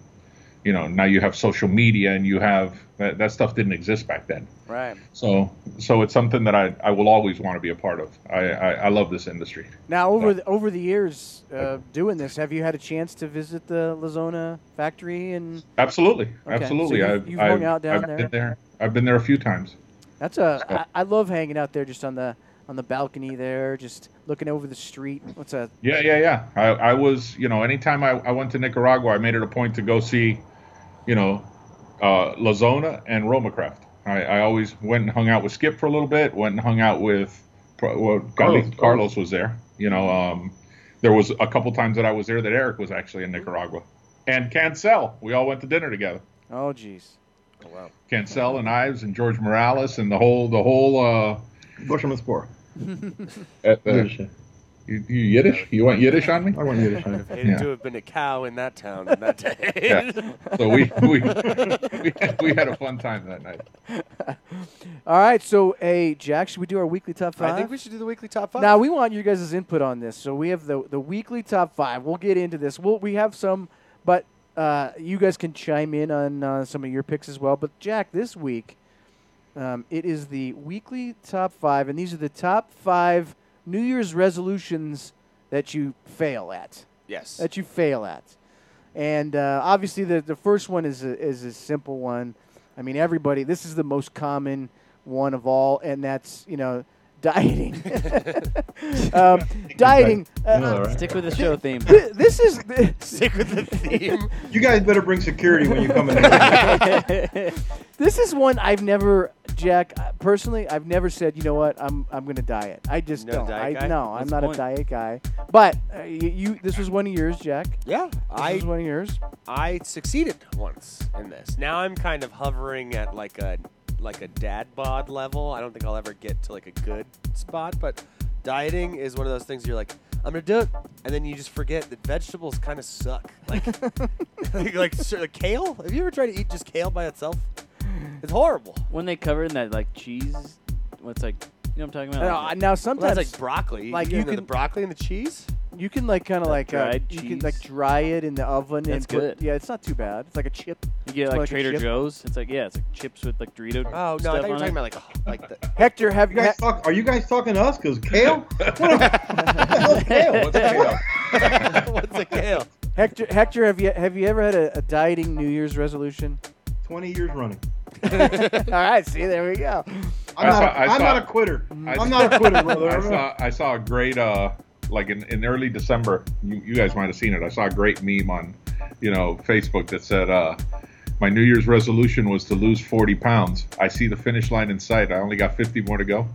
you know, now you have social media, and you have that, that stuff didn't exist back then.
Right.
So so it's something that I, I will always want to be a part of. I, I, I love this industry.
Now over the, over the years uh, doing this, have you had a chance to visit the Lazona factory and
Absolutely,
Okay, so
absolutely.
you've-
I've,
you've
I've,
hung out down
I've
there?
Been there. I've been there a few times.
That's a. I, I love hanging out there, just on the on the balcony there, just looking over the street. What's a
Yeah, yeah, yeah. I, I was, you know, anytime I, I went to Nicaragua, I made it a point to go see, you know, uh, La Zona and Romacraft. I, I always went and hung out with Skip for a little bit, went and hung out with, well, Carlos,
Carlos.
Carlos was there. You know, um, there was a couple times that I was there that Eric was actually in Nicaragua. And Cancel, we all went to dinner together.
Oh, jeez.
Oh, wow.
Cancel and Ives and George Morales and the whole, the whole, uh,
Busherman's Spore.
at the-
Yiddish.
you, you Yiddish? You went Yiddish on me?
I went Yiddish on you.
Hated to have been a cow in that town in that day.
Yeah. So we we, we, had, we had a fun time that night.
All right, so hey Jack, should we do our weekly top five?
I think we should do the weekly top five.
Now we want your guys' input on this. So we have the the weekly top five. We'll get into this. We'll, we have some, but uh, you guys can chime in on uh, some of your picks as well. But Jack, this week, um, it is the weekly top five, and these are the top five New Year's resolutions that you fail at.
Yes.
That you fail at, and uh, obviously the the first one is a, is a simple one. I mean, everybody. This is the most common one of all, and that's you know dieting. um, dieting. Uh,
Yeah, all right.
Stick with the show theme.
Th- This is
stick with the theme.
You guys better bring security when you come in. here.
this is one I've never, Jack. uh, Personally, I've never said, you know what, I'm I'm gonna diet. I just
No
don't.
diet
I
guy?
no,
What's
I'm
the
not a
point?
diet guy. But uh, y- you, this was one of yours, Jack. This
Yeah, I
was one of yours.
I succeeded once in this. Now I'm kind of hovering at like a like a dad bod level. I don't think I'll ever get to like a good spot, but dieting is one of those things you're like, I'm gonna do it, and then you just forget that vegetables kind of suck. Like like, like, sure, like kale. Have you ever tried to eat just kale by itself? It's horrible.
when they cover in that like cheese, what's like, you know what I'm talking
No,
about?
I-
Like,
Uh, now
Oh. Well,
sometimes
that's like broccoli.
like,
Like
you
you, get into
can-
the broccoli and the cheese.
you can like kind of like uh,
dried
you can like
cheese.
dry it in the oven and
That's
put,
good.
yeah, it's not too bad. It's like a chip.
you get like,
like a
Trader
chip.
Joe's. It's like yeah, it's like chips with like Dorito.
Oh no, I
stuff
thought you were
on
talking
it.
about like a, like the.
Hector, have
You
you?
guys talk, are you guys talking to us? Because kale? What the hell's kale? What the hell?
What's a kale?
Hector, Hector, have you have you ever had a, a dieting New Year's resolution?
20 years running.
All right, see, there we go.
I
I'm, not,
saw-
a,
I
I'm
saw-
not a quitter.
I-
I'm not a quitter, brother.
I saw I saw a great uh like in, in early December. You, you guys might have seen it. I saw a great meme on you know Facebook that said uh my New Year's resolution was to lose 40 pounds. I see the finish line in sight. I only got 50 more to go.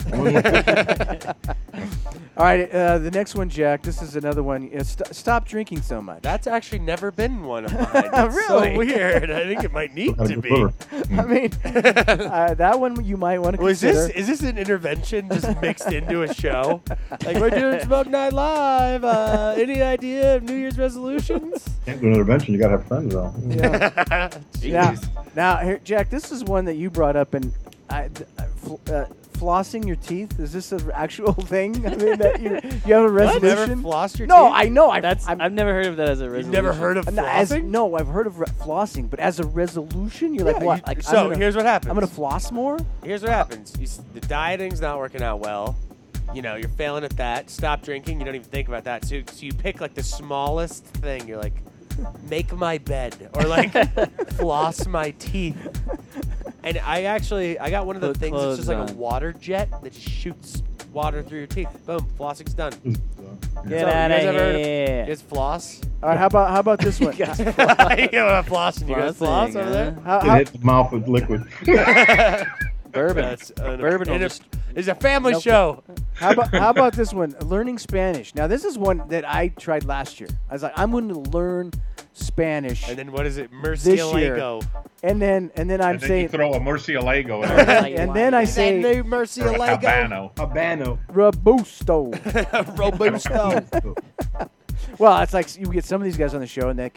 All right, uh, the next one, Jack. This is another one. Uh, st- stop drinking so much.
That's actually never been one of mine. It's so
Really?
weird. I think it might need to be.
I mean, uh, that one you might want to
Was
consider.
this is this an intervention just mixed into a show? Like we're doing Smoke Night Live. Uh, any idea of New Year's resolutions?
Can't do an intervention. You got to have friends, though.
now,
Jeez.
now, here, Jack, this is one that you brought up, and I, th- uh, fl- uh, flossing your teeth is this an actual thing? I mean, that you, you have a
What? Never
resolution?
flossed your
no,
teeth?
I know. I,
That's
I'm,
I've never heard of that as a
You've
resolution.
never heard of
no, as,
flossing?
no, I've heard of re- flossing, but as a resolution, you're like,
Yeah,
what?
you-
like, I'm
so
gonna-
here's what happens.
I'm gonna floss more.
Here's what happens. You, s- the dieting's not working out well. You know, you're failing at that. Stop drinking. You don't even think about that. So, so you pick like the smallest thing. You're like, make my bed or like floss my teeth. And I actually, I got one of the
Put
things that's just like
clothes
a
on.
water jet that just shoots water through your teeth. Boom, flossing's done. It's
Get
over. You
out
guys ever
of
heard of- You
here.
guys floss?
All right, how about how about this one?
Guys,
you know what flossing? You guys
Flossing,
floss over there?
huh?
How-
Get
how-
hit the mouth with liquid.
Bourbon.
That's an-
Bourbon will
it is-
just-
It's a family
Nope.
show.
How about how about this one? Learning Spanish. Now this is one that I tried last year. I was like, I'm going to learn Spanish,
And
and then
then what is it?
year.
Murcielago.
and then, I'm
and then you
saying,
throw a Murcielago in there.
and then I
That
say
new
or a
Murcielago.
Habano.
Habano.
robusto.
Robusto.
well, it's like you get some of these guys on the show, and they,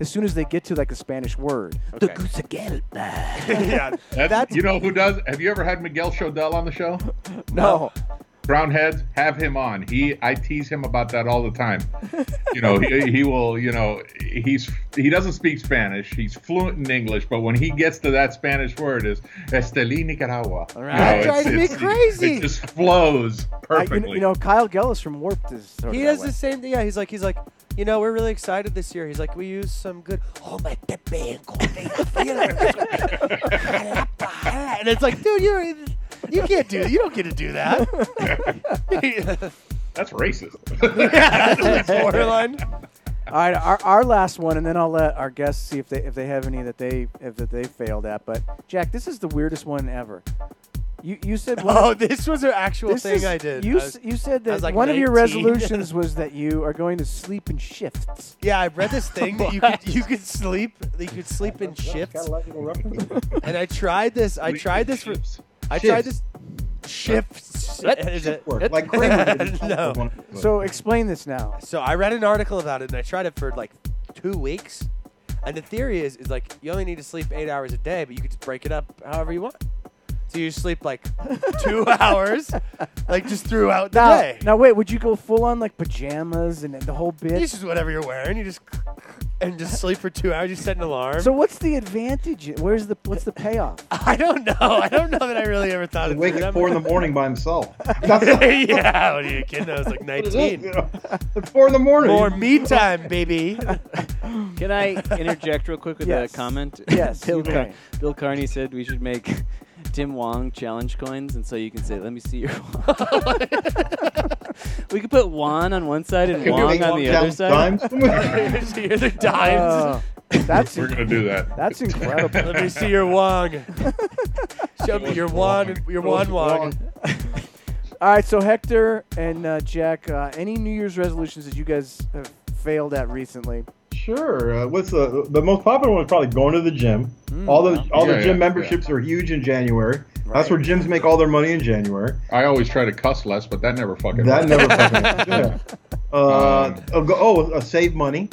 as soon as they get to like a Spanish word, the
Okay.
gusagelba.
yeah.
That's,
That's-
you know who does? Have you ever had Miguel Chodell on the show?
No,
Brownheads, have him on. He, I tease him about that all the time. You know, he, he will. You know, he's he doesn't speak Spanish. He's fluent in English, but when he gets to that Spanish word, is Esteli Nicaragua. You
right.
know,
That
it's-
drives me
it's-
crazy.
It just flows
I, you,
perfectly.
know, you know Kyle Gellis from Warped is. Sort
He
of that
does
way.
the same thing. Yeah, he's like, he's like, you know, we're really excited this year. He's like, we use some good. Oh my pepe and corte fillers. and it's like, dude, you're. You can't do. You don't get to do that.
That's racist.
Borderline.
All right, our, our last one, and then I'll let our guests see if they if they have any that they if that they failed at. But Jack, this is the weirdest one ever. You you said one
Oh,
of,
this was an actual
this
thing
is-
I did.
You
I
s
was-
you said
I
that
was like
one of your
19.
resolutions was that you are going to sleep in shifts.
yeah, I read this thing that you could you could sleep you could sleep in shifts, and I tried this. I tried this. For, I tried this. Shifts. Is it-
Work. Like Kramer did.
No.
So explain this now.
So I read an article about it and I tried it for like two weeks. And the theory is, is like you only need to sleep eight hours a day, but you could just break it up however you want. So you sleep like two hours, like just throughout the
Now,
day.
now wait, would you go full on like pajamas and the whole
It's
bit?
just whatever you're wearing. You just and just sleep for two hours. You set an alarm.
So what's the advantage? Where's the what's the payoff?
I don't know. I don't know that I really ever thought of
Wake
it.
at four in the morning by himself. That's not
yeah, what are you kidding? I was like
you
19.
know, at four in the morning.
More me time, baby.
Can I interject real quick with
Yes.
a comment?
Yes,
Bill,
you
Car-
may.
Bill Carney said we should make Tim Wong challenge coins, and so you can say, "Let me see your." wand." we could put Juan on one side and
Can we
Wong
make
on
Wong
the other
challenge
side.
dimes?
Here's your dimes.
Oh, that's
We're gonna do that.
That's incredible.
Let me see your wong. Show me your wong. Your wong wong.
All right, so Hector and uh, Jack, uh, any New Year's resolutions that you guys have failed at recently?
Sure. Uh, what's the the most popular one? Is probably going to the gym.
Hmm,
all the all
Yeah,
the gym
yeah,
memberships are huge in January. That's where gyms make all their money in January.
I always try to cuss less, but that never fucking.
That
works.
never fucking. yeah. Uh, oh, go- oh, uh, save money.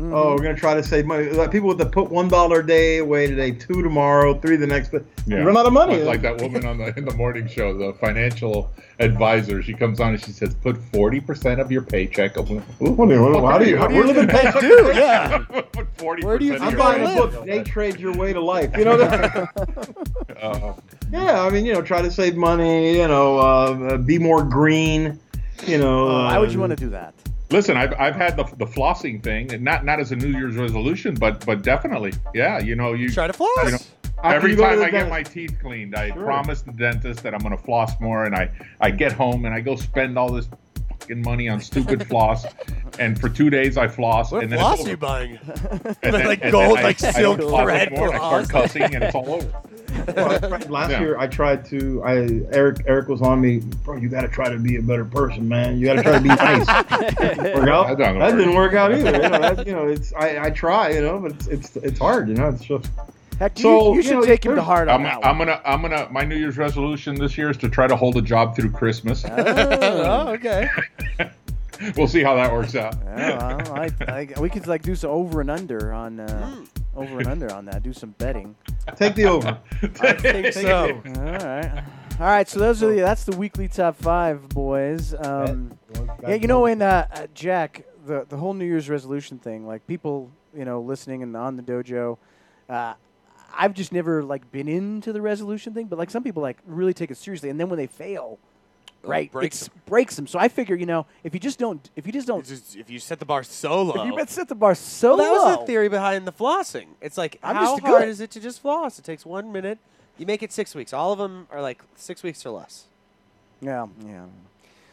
Oh, we're gonna try to save money. Like people with the put one dollar a day away today, two tomorrow, three the next.
Yeah.
You run out of money.
Like, like that woman on the in the morning show, the financial advisor. She comes on and she says, "Put forty percent of your paycheck." I'm like, "Who the
What do you-
fuck
how
are
do you-
you?
how do you live in paycheck? Dude, yeah.
Put forty
Where do you?
percent.
I'm buying a book. Day trade your way to life. You know. What I mean? Yeah, I mean, you know, try to save money. You know, uh, be more green. You know,
why would you
um,
want to do that?
Listen, I've, I've had the, the flossing thing, and not not as a New Year's resolution, but but definitely, yeah. You know, you
Try to floss.
You know,
After
every
you go to
time
the
I get
dentist.
my teeth cleaned, I promise the dentist that I'm going to floss more, and I I get home and I go spend all this fucking money on stupid floss, and for two days I floss,
What
and then
floss
it's
are you
over.
buying?
And then-
like
and
gold,
then I-
like
I
silk
don't floss
thread
anymore, and I start
floss.
cussing, and it's all over.
Well, I tried- last
Yeah.
year I tried to I Eric Eric was on me, bro, you gotta try to be a better person, man. You gotta try to be nice. Work out.
That
That,
don't work.
didn't work out either. You know, that, you know it's I, I try, you know, but it's it's, it's hard, you know, it's just
Heck,
So,
you, you
you
should
know,
take him to
there's-
heart on
I'm,
that
I'm gonna I'm gonna my New Year's resolution this year is to try to hold a job through Christmas.
oh, okay.
we'll see how that works out.
one. Yeah, well, I, I, we could like do some over and under on uh,
Hmm.
over and under on that. Do some betting.
take the over.
I think so.
All right. All right, so those are the that's the weekly top five, boys. Um, yeah, you know, in uh, uh, Jack, the the whole New Year's resolution thing, like people, you know, listening and on the dojo, uh, I've just never like been into the resolution thing, but like some people like really take it seriously, and then when they fail,
Oh,
right,
breaks
it's breaks them. So I figure, you know, if you just don't, if you just don't,
It's just- if you set the bar so low.
if you set the bar so
well, that was
low,
the theory behind the flossing. It's like
I'm
how
just good.
hard is it to just floss? It takes one minute. You make it six weeks. All of them are like six weeks or less.
yeah, yeah,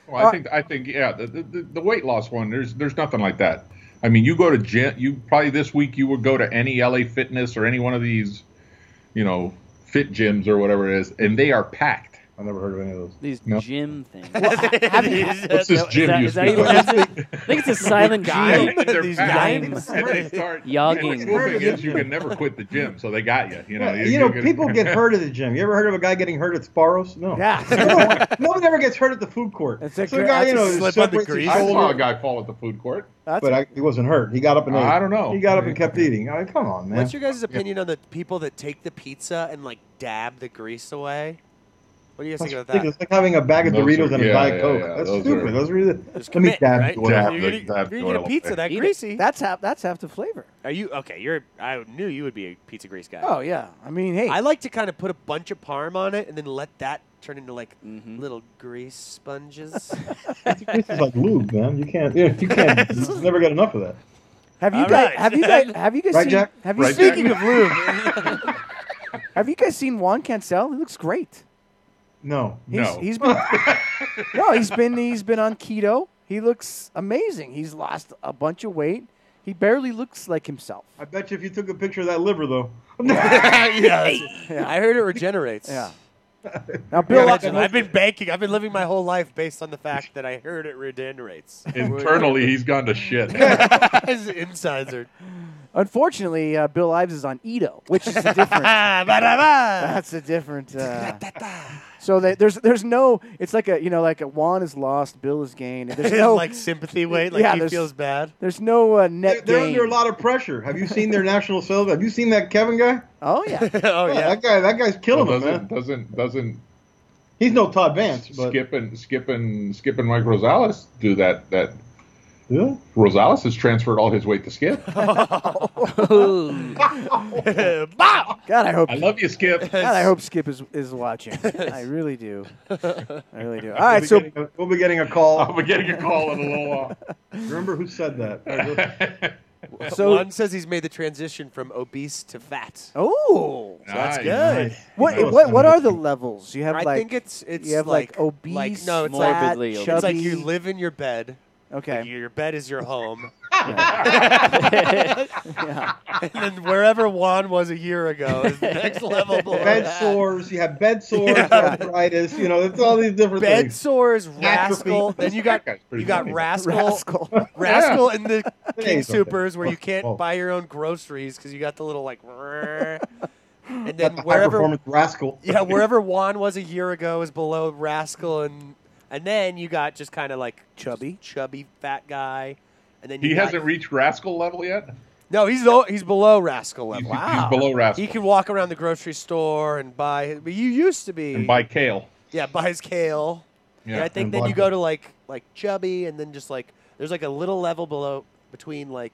Well, I think I think yeah, the, the the weight loss one. There's there's nothing like that. I mean, you go to gym. You probably this week you would go to any LA Fitness or any one of these, you know, fit gyms or whatever it is, and they are packed.
I never heard of any of those.
These
No.
gym things.
What's this
Is
gym
that-
you
is that
speak
even-
of?
I think it's a silent G.
They're
These
packed,
gyms.
and they start
Yogging.
The cool thing is you can never quit the gym, so they got you. You know,
Yeah, you know, people get hurt at the gym. You ever heard of a guy getting hurt at Sparrows? No.
yeah.
No one- no one ever gets hurt at the food court.
That's a
So
cra-
a guy,
that's a
you know,
slip on the
separates his
grease.
I
shoulder,
saw a guy fall at the food court.
That's
but I, he wasn't hurt. He got up and ate.
I don't know.
He got up and kept eating. I mean, come on, man.
What's your guys' opinion on the people that take the pizza and like dab the grease away? What do you guys think
That's
about that?
ridiculous. It's like having a bag of
Those
Doritos
are-
and a
yeah,
Diet
yeah,
Coke.
yeah,
That's
those are-
stupid. Those are the.
Just
Let me
commit,
dab
right?
the oil.
Dab
You're
the-
gonna-
dab the
you're gonna
oil.
get a pizza that
Eat it.
greasy.
That's half. That's half the flavor.
Are you okay? You're. I knew you would be a pizza grease guy.
Oh yeah. I mean, hey,
I like to kind of put a bunch of parm on it and then let that turn into like
Mm-hmm.
Mhm.
little grease sponges.
This is like lube, man. You can't. Yeah, you can't. you just never get enough of that.
Have you
All
guys?
right.
Have you guys? Have you guys
Right,
seen?
Jack?
Have you
Right, Jack?
speaking of lube? have you guys seen Juan Cancel? He looks great.
No.
He's,
No.
He's been. no, he's been he's been on keto. He looks amazing. He's lost a bunch of weight. He barely looks like himself.
I bet you if you took a picture of that liver, though.
yeah, I heard it regenerates.
Yeah. Now, Bill,
Bill, I've been banking. I've been living my whole life based on the fact that I heard it regenerates.
Internally, he's gone to shit.
His insides are.
unfortunately, uh, Bill Ives is on Edo, which is a different.
Ah, ba, da, ba.
that's a different. Uh, so that there's there's no. It's like a you know like a Juan is lost, Bill is gained. and There's
His,
no
like sympathy weight. Like
Yeah,
he
there's-
feels bad.
there's no uh, net
They're, they're
gain.
under a lot of pressure. Have you seen their national sales? Have you seen that Kevin guy?
oh yeah.
oh yeah.
That guy. That guy's
Well,
killing them,
doesn't
man.
doesn't doesn't
He's no Todd Vance, but
Skip and Skip and Skip and Mike Rosales do that. That
Yeah.
Rosales has transferred all his weight to Skip.
Bow!
God, I hope.
I love you, Skip.
God, I hope Skip is, is watching. I really do. I really do. All
We'll
right,
be
so
getting a- we'll be getting a call.
I'll be getting a call in a little while.
Remember who said that?
So-
one says he's made the transition from obese to fat.
Oh,
So that's
Nice.
good.
Nice. What- what- what are the levels? You have,
I
like-
think it's it's
you have, like, obese,
like, no, it's
morbidly
like,
obese.
It's like you
chubby.
live in your bed.
Okay.
Like, your bed is your home.
Yeah. Yeah.
And then wherever Juan was a year ago is the next level. below
bed
that.
sores. You have bed sores, arthritis. You know, it's all these different
bed
things.
sores,
Atrophy.
rascal. Then you got
pretty
you got
funny.
rascal,
Rascal.
rascal
Yeah.
in the
Hey,
King
okay.
Supers where you
Oh,
can't
Whoa.
buy your own groceries because you got the little like. And
Got
then
the
wherever
high-performance rascal.
yeah, wherever Juan was a year ago is below rascal, and and then you got just kind of like chubby, chubby fat guy, and then you
He
got-
hasn't reached rascal level yet.
no, he's o- he's below rascal level.
he's
Wow,
below rascal.
He can walk around the grocery store and buy. But you used to be
And by kale.
yeah, buys kale.
Yeah,
Yeah, I think
and
then you
blackberry.
go to like like chubby, and then just like there's like a little level below between like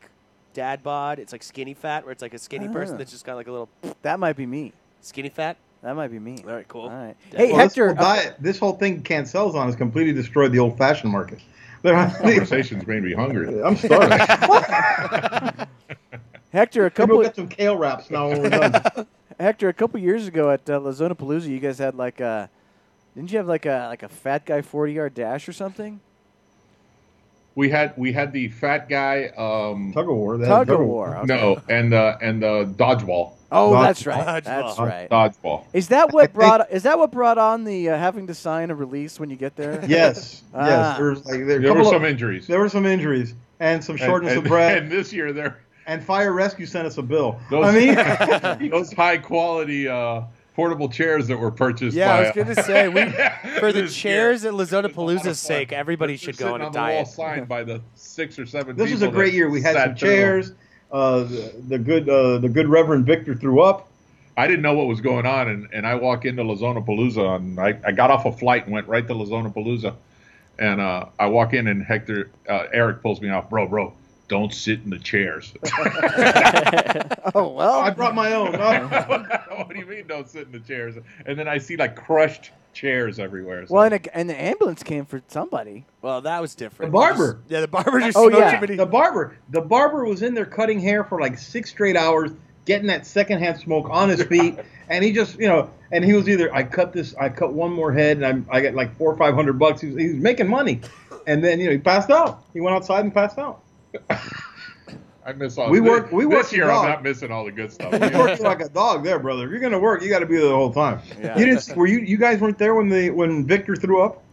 dad bod. It's like skinny fat, where it's like a skinny person
Ah.
that's just got like a little
That might be me.
skinny fat.
That might be me.
All right, cool. All
right. Hey,
Well,
Hector. uh,
This whole, diet, this whole thing Kant sells on has completely destroyed the old-fashioned market.
Conversations made me hungry.
I'm starving.
Hector, a
Maybe we'll
couple
get some kale wraps now when we're done.
Hector, a couple years ago at uh, La Zona Palooza, you guys had like a, didn't you have like a like a fat guy forty yard dash or something?
We had we had the fat guy um,
tug of war.
had Tug of tug of war, war. okay.
No, and uh, and uh, dodgeball.
Oh, that's right. That's right.
Dodgeball.
Is that what brought is that what brought on the uh, having to sign a release when you get there?
Yes,
Ah.
yes. There was like there, a
There were
couple of-
some injuries.
There were some injuries and some shortness
and,
of breath.
And this year there
And fire rescue sent us a bill.
Those,
I mean,
those high quality uh, portable chairs that were purchased.
Yeah, I
by,
was gonna say we for the
This
chairs at Lazona Palooza's sake, everybody should go on a
the wall
diet.
signed by the six or seven.
this was a
people
great
that
year. We had
sat
some
through them.
chairs. Uh, the, the good, uh, the good Reverend Victor threw up.
I didn't know what was going on, and, and I walk into Lazona Palooza, and I, I got off a flight and went right to Lazona Palooza, and uh, I walk in, and Hector uh, Eric pulls me off, bro, bro, don't sit in the chairs.
oh well,
I brought my own. No.
what do you mean don't sit in the chairs? And then I see like crushed chairs everywhere. So
Well, and, a, and the ambulance came for somebody.
Well, that was different.
The barber.
Yeah, the barber just
Oh,
smoked
yeah.
him and he-
The barber, the barber was in there cutting hair for like six straight hours, getting that secondhand smoke on his feet, and he just, you know, and he was either I cut this, I cut one more head, and I, I got like four or five hundred bucks. He was, he was making money, and then you know he passed out. He went outside and passed out.
I miss all.
We
this-
work- we
this
worked it
year. I'm
out.
not missing all the good stuff.
You worked like a dog there, brother. If you're gonna work, you got to be there the whole time.
Yeah.
You didn't. Were you? You guys weren't there when the when Victor threw up.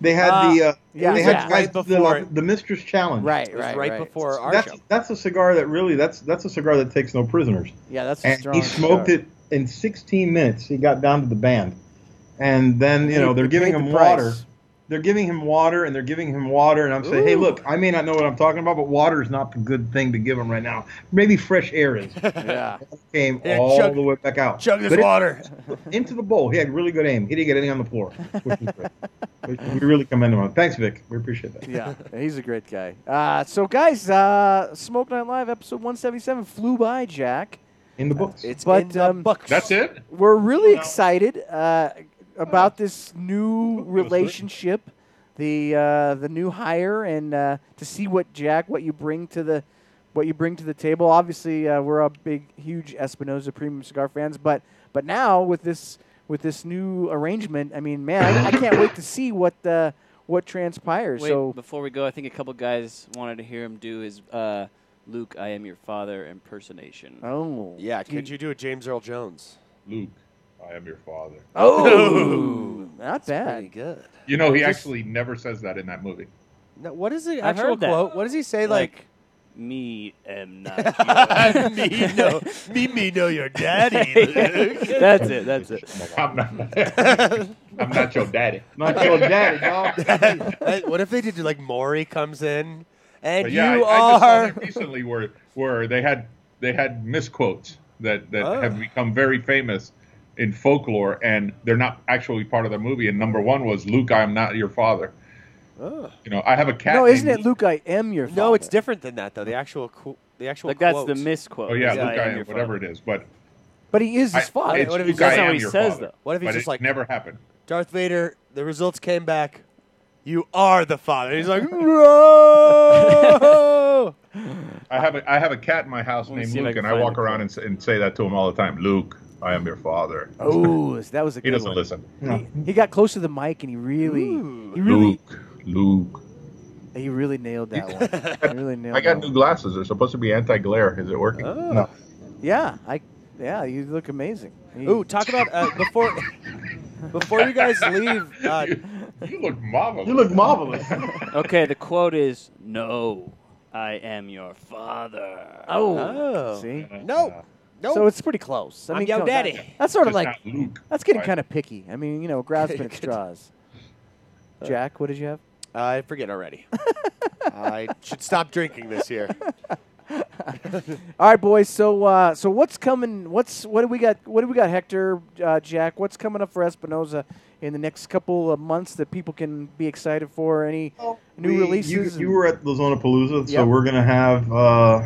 They had the.
Uh,
Uh,
yeah,
they
it
had
was
you
right
guys do
before
the,
it.
the Mistress Challenge.
Right,
It was
right,
right before our
That's
show.
that's a cigar that really that's that's a cigar that takes no prisoners.
Yeah, that's a
And
strong
he smoked
cigar.
it in 16 minutes. He got down to the band, and then you
Paid-
know they're
paid
giving
the
him
price.
water. They're giving him water, and they're giving him water, and I'm saying, hey,
Ooh.
look, I may not know what I'm talking about, but water is not the good thing to give him right now. Maybe fresh air is.
Yeah,
came
Yeah,
all
chug-
the way back out.
Chug this
But it-
water.
into the bowl. He had really good aim. He didn't get any on the floor. Which is great. Which we really commend him on. Thanks, Vic. We appreciate that.
yeah, he's a great guy. Uh, so guys, uh, Smoke Night Live episode one seventy seven flew by, Jack.
In the books.
It's
But,
in the
um,
books.
That's it.
We're really excited uh, about this new relationship, the uh, the new hire, and uh, to see what Jack, what you bring to the, what you bring to the table. Obviously, uh, we're all big, huge Espinosa Premium Cigar fans, but but now with this with this new arrangement, I mean, man, I, I can't wait to see what uh, what transpires.
Wait,
so
before we go, I think a couple guys wanted to hear him do his uh, Luke, I am your father impersonation.
oh
Yeah,
do you-
could you do a James Earl Jones?
Luke, I am your father.
oh not
Pretty
bad.
good.
You know, he
Just-
actually never says that in that movie.
No, what is the
I've
actual
heard that.
quote? What does he say? Like,
Like, me uh, am not.
me know, me me know your daddy. Luke.
that's it. That's it.
I'm not, I'm not your daddy.
Not your daddy, dog.
Uh, what if they did like Maury comes in and
But yeah,
you
I, I just saw
are
that recently where where they had they had misquotes that that
Oh.
have become very famous in folklore, and they're not actually part of the movie. And number one was Luke, I am not your father. You know, I have a cat.
No, isn't
named-
it Luke? I am your father.
no, it's different than that though. The actual qu- the actual
Like that's
quote.
the misquote.
Oh yeah,
is
Luke, I
am
am
your
whatever
father.
it is. But
but he is
I-
his father.
it's
What if he
Luke,
says
I
how
am
he
your
says,
father.
though?
What if he's
But
just
it
like-
never happened?
Darth Vader. The results came back. You are the father. He's like, no.
I have a I have a cat in my house
Let me
named
see if I
Luke,
can
and I
find
walk
the
around and, s- and say that to him all the time. Luke, I am your father.
Oh, that was a good
he doesn't
one.
listen.
He, he got close to the mic and he really, he really,
Luke, Luke.
he really nailed that one. He really nailed.
I got
that
new glasses. They're supposed to be anti-glare. Is it working?
Oh.
No.
one. Yeah, I, yeah, you look amazing. He-
Ooh, talk about uh, before before you guys leave. Uh,
you look marvelous.
You look marvelous.
okay, the quote is No, I am your father.
Oh,
Oh.
see,
no, no.
So it's pretty close. I
I'm
mean,
your
come on, that-
daddy.
that's sort of
Just
like
not Luke.
that's getting
Right.
kind of picky. I mean, you know, grasping at straws.
Uh.
Jack, what did you have?
Uh, I forget already. I should stop drinking this year.
All right, boys. So, uh, so what's coming? What's what do we got? What do we got, Hector, uh, Jack? What's coming up for Espinoza in the next couple of months that people can be excited for? Any new
We-
releases?
You, you
and-
were at Lozona Palooza, so
Yep.
we're gonna have uh,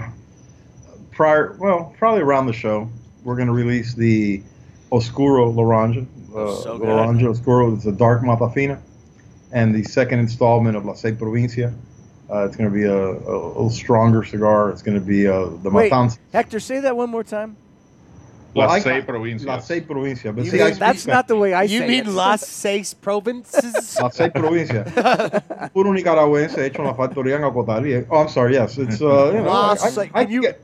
prior, well, probably around the show, we're gonna release the Oscuro Laranja.
Oh,
Uh,
So good.
Laranja Oscuro is a dark Matafina, and the second installment of La Seis Provincia. Uh, it's gonna be a, a, little stronger cigar. It's gonna be uh, the
Wait,
Matanza.
Hector, say that one more time.
Well, I-
Let's say provincia.
La Seis Provincia. But
You
see,
mean-
I speak
That's
Spanish.
not the way I
you
say
mean
it.
Las Seis Provinces?
Las seis provincias. Puro nicaragüense hecho en la factoría en Acotali. Oh, I'm sorry. Yes, it's uh, you know, I,
Las
I,
Seis-
I,
Ah, you-
get,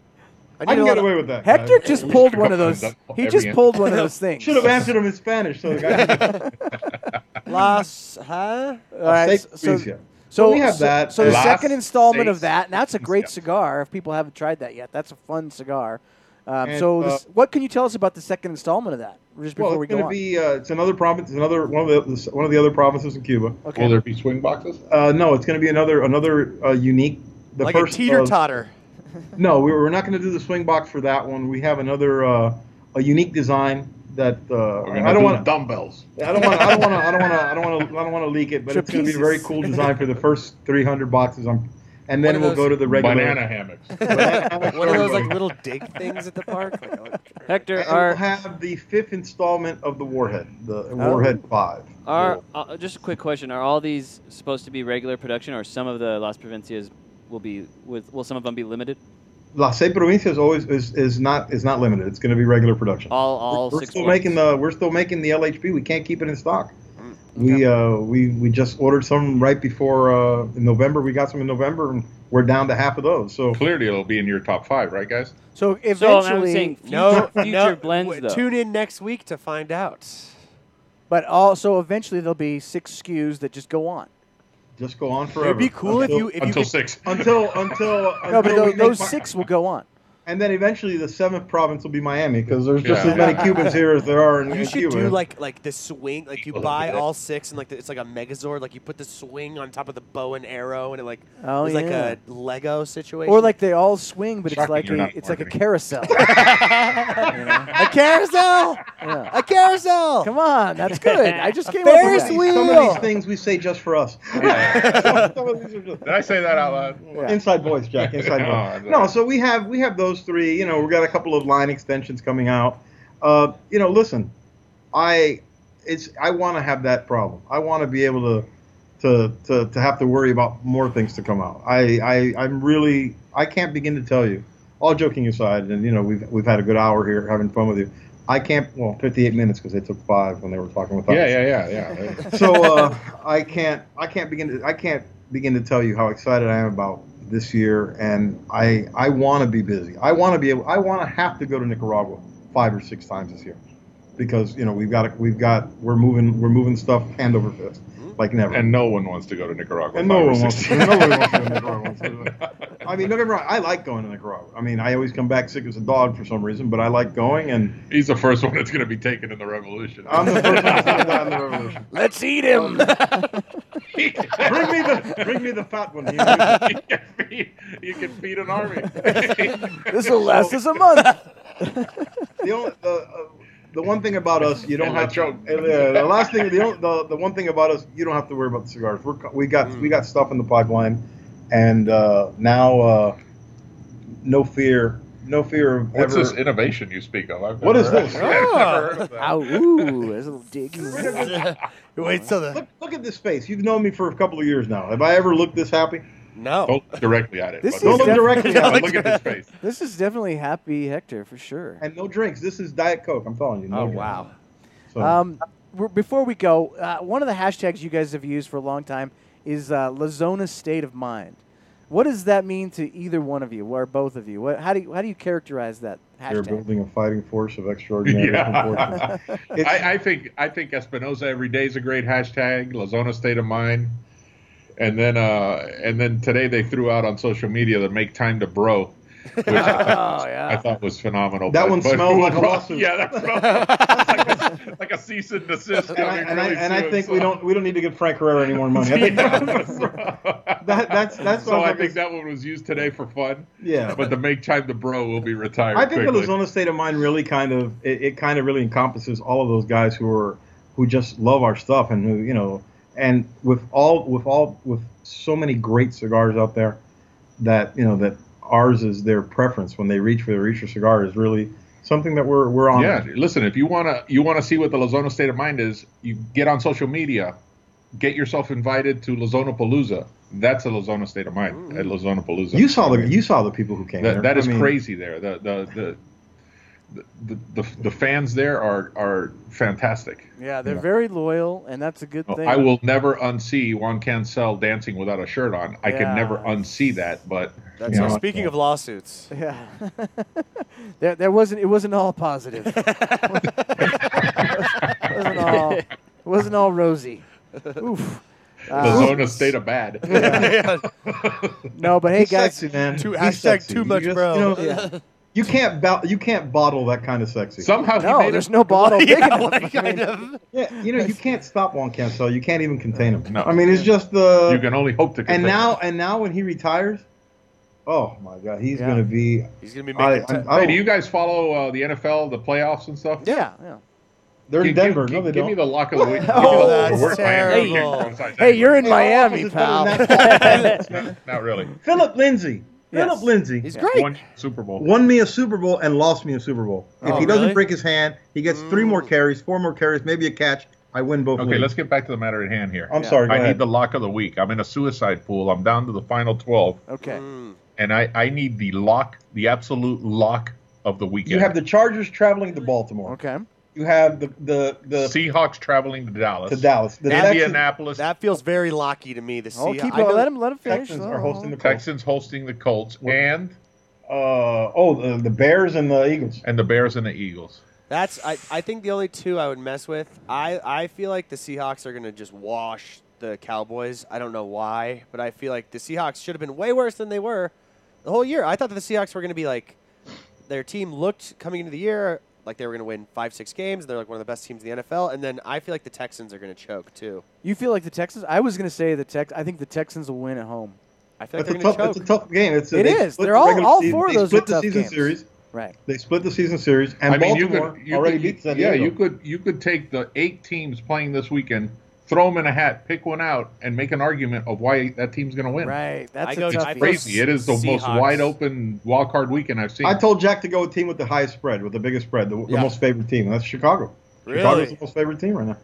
I
I,
need a
can
lot
get
of-
away with that.
Hector just pulled one of those. He
Every
just
inch.
pulled one of those things.
should have answered him in Spanish. So the guy
Las, huh?
All right,
Las
so-
seis
so,
provincia.
so
we have
so-
that.
So the
Las
second installment of
seis
that, and that's a great
provincias.
cigar. If people haven't tried that yet, that's a fun cigar. Um,
And,
so,
uh,
this, what can you tell us about the second installment of that? Just before
well,
we
it's
go
going to
on.
be uh, it's another province, it's another one of the one of the other provinces in Cuba.
okay.
Will there be swing boxes?
Uh, no, it's going to be another another uh, unique. The
like a
first, uh,
teeter totter.
No, we- we're not going to do the swing box for that one. We have another uh, a unique design that uh,
We're gonna
I don't
do
want to
dumbbells.
I don't want. I don't want to. I don't want to. I don't want to. I don't want to leak it. But it's going to be a very
Trapezes.
cool design for the first 300 boxes. i and
One
then
of
we'll
those
go to the regular.
Banana hammocks.
One of those like little dig things at the park. Like, oh,
Hector,
And
our
we'll have the fifth installment of the Warhead, the
Oh.
Warhead Five.
Are uh, just a quick question: Are all these supposed to be regular production, or some of the Las Provincias will be with? Will some of them be limited?
La Seis Provincias always is, is not is not limited. It's going to be regular production.
All, all
we're
six.
still
ones?
making the we're still making the LHP. We can't keep it in stock.
Mm,
We uh we we just ordered some right before uh in November. We got some in November, and we're down to half of those. So
Clearly, it'll be in your top five, right, guys?
so
So
eventually,
I'm saying future,
no,
future
no.
blends
w-
though.
Tune in next week to find out.
but also eventually there'll be six SKUs that just go on.
just go on forever.
It'd be cool if
until-
you if you
Until
could,
six.
until until
No, but
until we
those,
make
those
mar-
six will go on.
And then eventually the seventh province will be Miami because there's just
Yeah.
as many Cubans here as there are in,
You
in
should
Cuba.
do like like the swing, like you
People
buy
love it.
all six and like the, it's like a Megazord, like you put the swing on top of the bow and arrow, and it like
Oh,
it's like
yeah.
a Lego situation.
Or like they all swing, but it's
Shocking
like
you're
a,
not
it's like a
marketing.
carousel.
a carousel,
Yeah.
a carousel.
Come on, that's good. I just came up
Ferris
with that.
wheel.
some of these things we say just for us. Some of these are just-
Did I say that out loud?
Inside voice, Jack. Inside
Oh,
voice. No, so we have we have those three. You know, we got a couple of line extensions coming out. Uh, you know, listen, I it's I want to have that problem. I want to be able to, to to to have to worry about more things to come out. I I I'm really I can't begin to tell you. All joking aside, and you know we've we've had a good hour here having fun with you. I can't well 58 minutes because they took five when they were talking with us
Yeah, yeah, yeah, yeah.
so uh, I can't I can't begin to I can't begin to tell you how excited I am about this year, and I I want to be busy. I want to be able, I want to have to go to Nicaragua five or six times this year because you know we've got we've got we're moving we're moving stuff hand over fist like never.
And no one wants to go to Nicaragua.
And
five
no
or
one wants
six
to. Nobody wants to go to Nicaragua. wants to do that. I mean, don't get me wrong. I like going to Nicaragua. I mean, I always come back sick as a dog for some reason, but I like going, and
He's the first one that's going to be taken in the revolution.
I'm the first one to say that in the revolution.
Let's eat him.
bring me the bring me the fat one.
you, can feed, you can feed an army.
this will last us a month.
The only the, uh, the one thing about us, you don't
And
have
the
to,
joke.
and, uh, the last thing, the, only- the the one thing about us, you don't have to worry about the cigars. We're, co- we got we got stuff in the pipeline, and uh, now uh, no fear, no fear of
What's
ever.
this innovation you speak of? I've
What
never-
is this? Ah.
I've never heard of that.
Ow, ooh, there's a little dig.
Wait till the
Look, look at this face. You've known me for a couple of years now. Have I ever looked this happy?
No.
Don't look directly at it.
This
but
is
don't look
def-
directly at it. Look at his face.
This is definitely happy Hector for sure.
And no drinks. This is Diet Coke. I'm telling you.
Oh,
No drinks.
wow.
So-
Um, we're- before we go, uh, one of the hashtags you guys have used for a long time is uh, Lazona state of mind. What does that mean to either one of you or both of you? What, how do you, how do you characterize that
You're
hashtag?
building a fighting force of extraordinary proportions.
Yeah.
It's-
I, I think I think Espinoza every day is a great hashtag. Lazona state of mind, and then uh, and then today they threw out on social media the make time to bro, which I, thought,
Oh, yeah.
I thought was phenomenal.
That one smelled like a lawsuit.
Yeah, that smelled like a, like a cease and desist.
And I,
mean,
and I,
really
and I
soon,
think we
so-
don't we don't need to give Frank Herrera any more money. I think that, that's that's
so
what
I
was like,
think that one was used today for fun.
Yeah.
but the make time to bro will be retired.
I think the
quickly.
Arizona state of mind really kind of it, it kind of really encompasses all of those guys who are who just love our stuff and who you know and with all with all with so many great cigars out there that you know that ours is their preference when they reach for their Reacher cigar is really something that we're we're on.
Yeah, listen, if you wanna you wanna see what the Lozano state of mind is, you get on social media, get yourself invited to Lozano Palooza. That's a Lozano state of mind
Mm.
at Lozano Palooza.
You saw the you saw the people who came. there.
that, that
I
is
mean,
crazy there. The the the the, the, the fans there are are fantastic.
Yeah, they're very loyal, and that's a good thing.
Oh, I will never unsee Juan Cancel dancing without a shirt on. I
Yeah.
can never unsee that, but
That's
you
it.
know,
Speaking of lawsuits,
Yeah. there, there wasn't. It wasn't all positive. wasn't all. Wasn't all rosy. Oof. Uh,
Lozano state of bad.
no, but hey
he's
guys,
sexy, man.
Too-
He's
hashtag
sexy.
too
You
much
just-
bro.
You, know, you can't bo- you can't bottle that kind of sexy.
Somehow he
no,
made
there's
it.
no bottle big
Yeah,
enough.
like,
I
I
mean,
know.
Yeah, you know, you can't stop Juan Cancel. You can't even contain him.
Uh, No.
I mean, it's just the.
You can only hope to.
and
contain
now,
it.
and now, when he retires, oh my God, he's
Yeah.
gonna be.
he's gonna be
I, I,
making. ten-
Hey,
I
do
don't-
you guys follow uh, the NFL, the playoffs and stuff?
yeah, yeah.
they're in
Give-
Denver.
Give,
no, they
give
don't.
me the lock of the week.
Oh, that's
We're Miami.
terrible.
We can't criticize
Hey, you're in
Hey,
Miami,
Offense is better
pal.
than that.
No, not really.
Philip Lindsay.
Yes.
Philip Lindsay.
He's great.
One Super Bowl.
Won me a Super Bowl and lost me a Super Bowl. If
Oh,
he doesn't
really?
break his hand, he gets three more carries, four more carries, maybe a catch. I win both.
okay,
leagues.
let's get back to the matter at hand here.
I'm sorry. Oh, Go
I
ahead.
need the lock of the week. I'm in a suicide pool. I'm down to the final 12,
Okay.
Mm.
and I, I need the lock, the absolute lock of the weekend.
You have the Chargers traveling to Baltimore.
Okay.
You have the the the
Seahawks traveling to Dallas.
to Dallas. The Texans-
Indianapolis.
That feels very locky to me. The
Oh,
Seah-
keep
I know-
going. Let him. Let him finish. Uh-huh.
Texans
Let
are
him-
hosting the Colts.
Texans hosting the Colts and
Uh, oh, the, the Bears and the Eagles.
and the Bears and the Eagles.
That's I, I think the only two I would mess with. I, I feel like the Seahawks are gonna just wash the Cowboys. I don't know why, but I feel like the Seahawks should have been way worse than they were the whole year. I thought that the Seahawks were gonna be like their team looked coming into the year like they were gonna win five, six games, they're like one of the best teams in the NFL, and then I feel like the Texans are gonna choke too.
You feel like the Texans? I was gonna say the Tex. I think the Texans will win at home.
I feel like
That's a
they're
tough.
gonna
It's a
choke.
tough game. It's a,
It
they
is.
split
They're
the
all-
regular
all
season-
four of
they
those
split
are
the
tough
season
games.
series.
Right.
They split the season series, and
I mean, you
Baltimore
could, you
already
could,
beat San
yeah,
Diego.
you could you could take the eight teams playing this weekend, throw them in a hat, pick one out, and make an argument of why that team's going to win.
Right. That's
I
a
go-
tough.
I
game.
go
Crazy! It is the most
Seahawks.
wide open wild card weekend I've seen.
I told Jack to go with team with the highest spread, with the biggest spread, the, the
Yeah.
most favorite team. That's Chicago. Chicago's the most favorite team right now.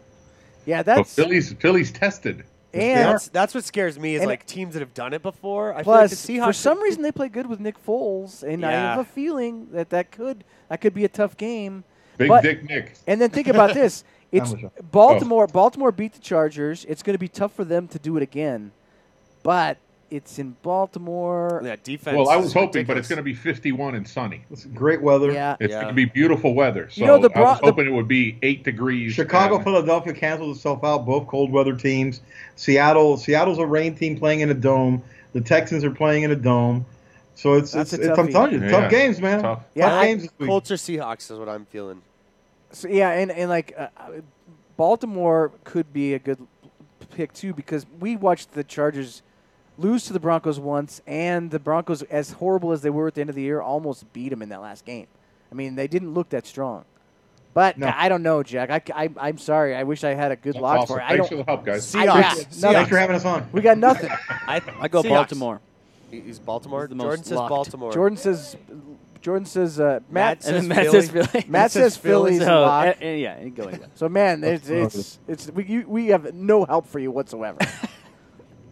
Yeah.
but
That's
Philly's Philly's tested.
and
That's that's what scares me is
And-
like teams that have done it before. I
Plus,
feel like the Seahawks
for some reason, they play good with Nick Foles, and I have
Yeah.
a feeling that that could that could be a tough game.
Big
But-
Dick Nick.
And then think about this: it's
with you.
Baltimore. Baltimore beat the Chargers. It's going to be tough for them to do it again, but it's in Baltimore.
that defense.
Well, I was
is
hoping, but
ridiculous.
it's going to be 51 and sunny.
It's great weather.
Yeah,
It's
Yeah.
going to be beautiful weather. So
You know, the
I
Bron-
was
the-
hoping it would be eight degrees.
Chicago,
and-
Philadelphia canceled itself out. Both cold weather teams. Seattle, Seattle's a rain team playing in a dome. The Texans are playing in a dome. So it's,
That's
it's,
a
it's I'm
toughie.
telling you,
Yeah,
tough games, man.
tough.
Tough,
Yeah, I-
games this week.
Colts or Seahawks is what I'm feeling.
So, yeah, and and like uh, uh, Baltimore could be a good pick too because we watched the Chargers lose to the Broncos once, and the Broncos, as horrible as they were at the end of the year, almost beat them in that last game. I mean, they didn't look that strong. But
No.
I don't know, Jack. I, I, I'm sorry. I wish I had a good
That's
lock
awesome.
for it. I
Thanks
don't.
for the help, guys.
I got
Seahawks.
nothing.
Thanks for having us on.
We got nothing.
I,
I go
Seahawks.
Baltimore.
He- He's Baltimore.
He's the most
Jordan says
locked.
Baltimore.
Jordan says. Jordan says. Uh, Matt.
Matt
and
says
then Matt
Philly.
says Philly.
Matt says Philly's a
so,
lock.
uh, uh, yeah, and go anyway.
So man, it's it's, it's we you, we have no help for you whatsoever.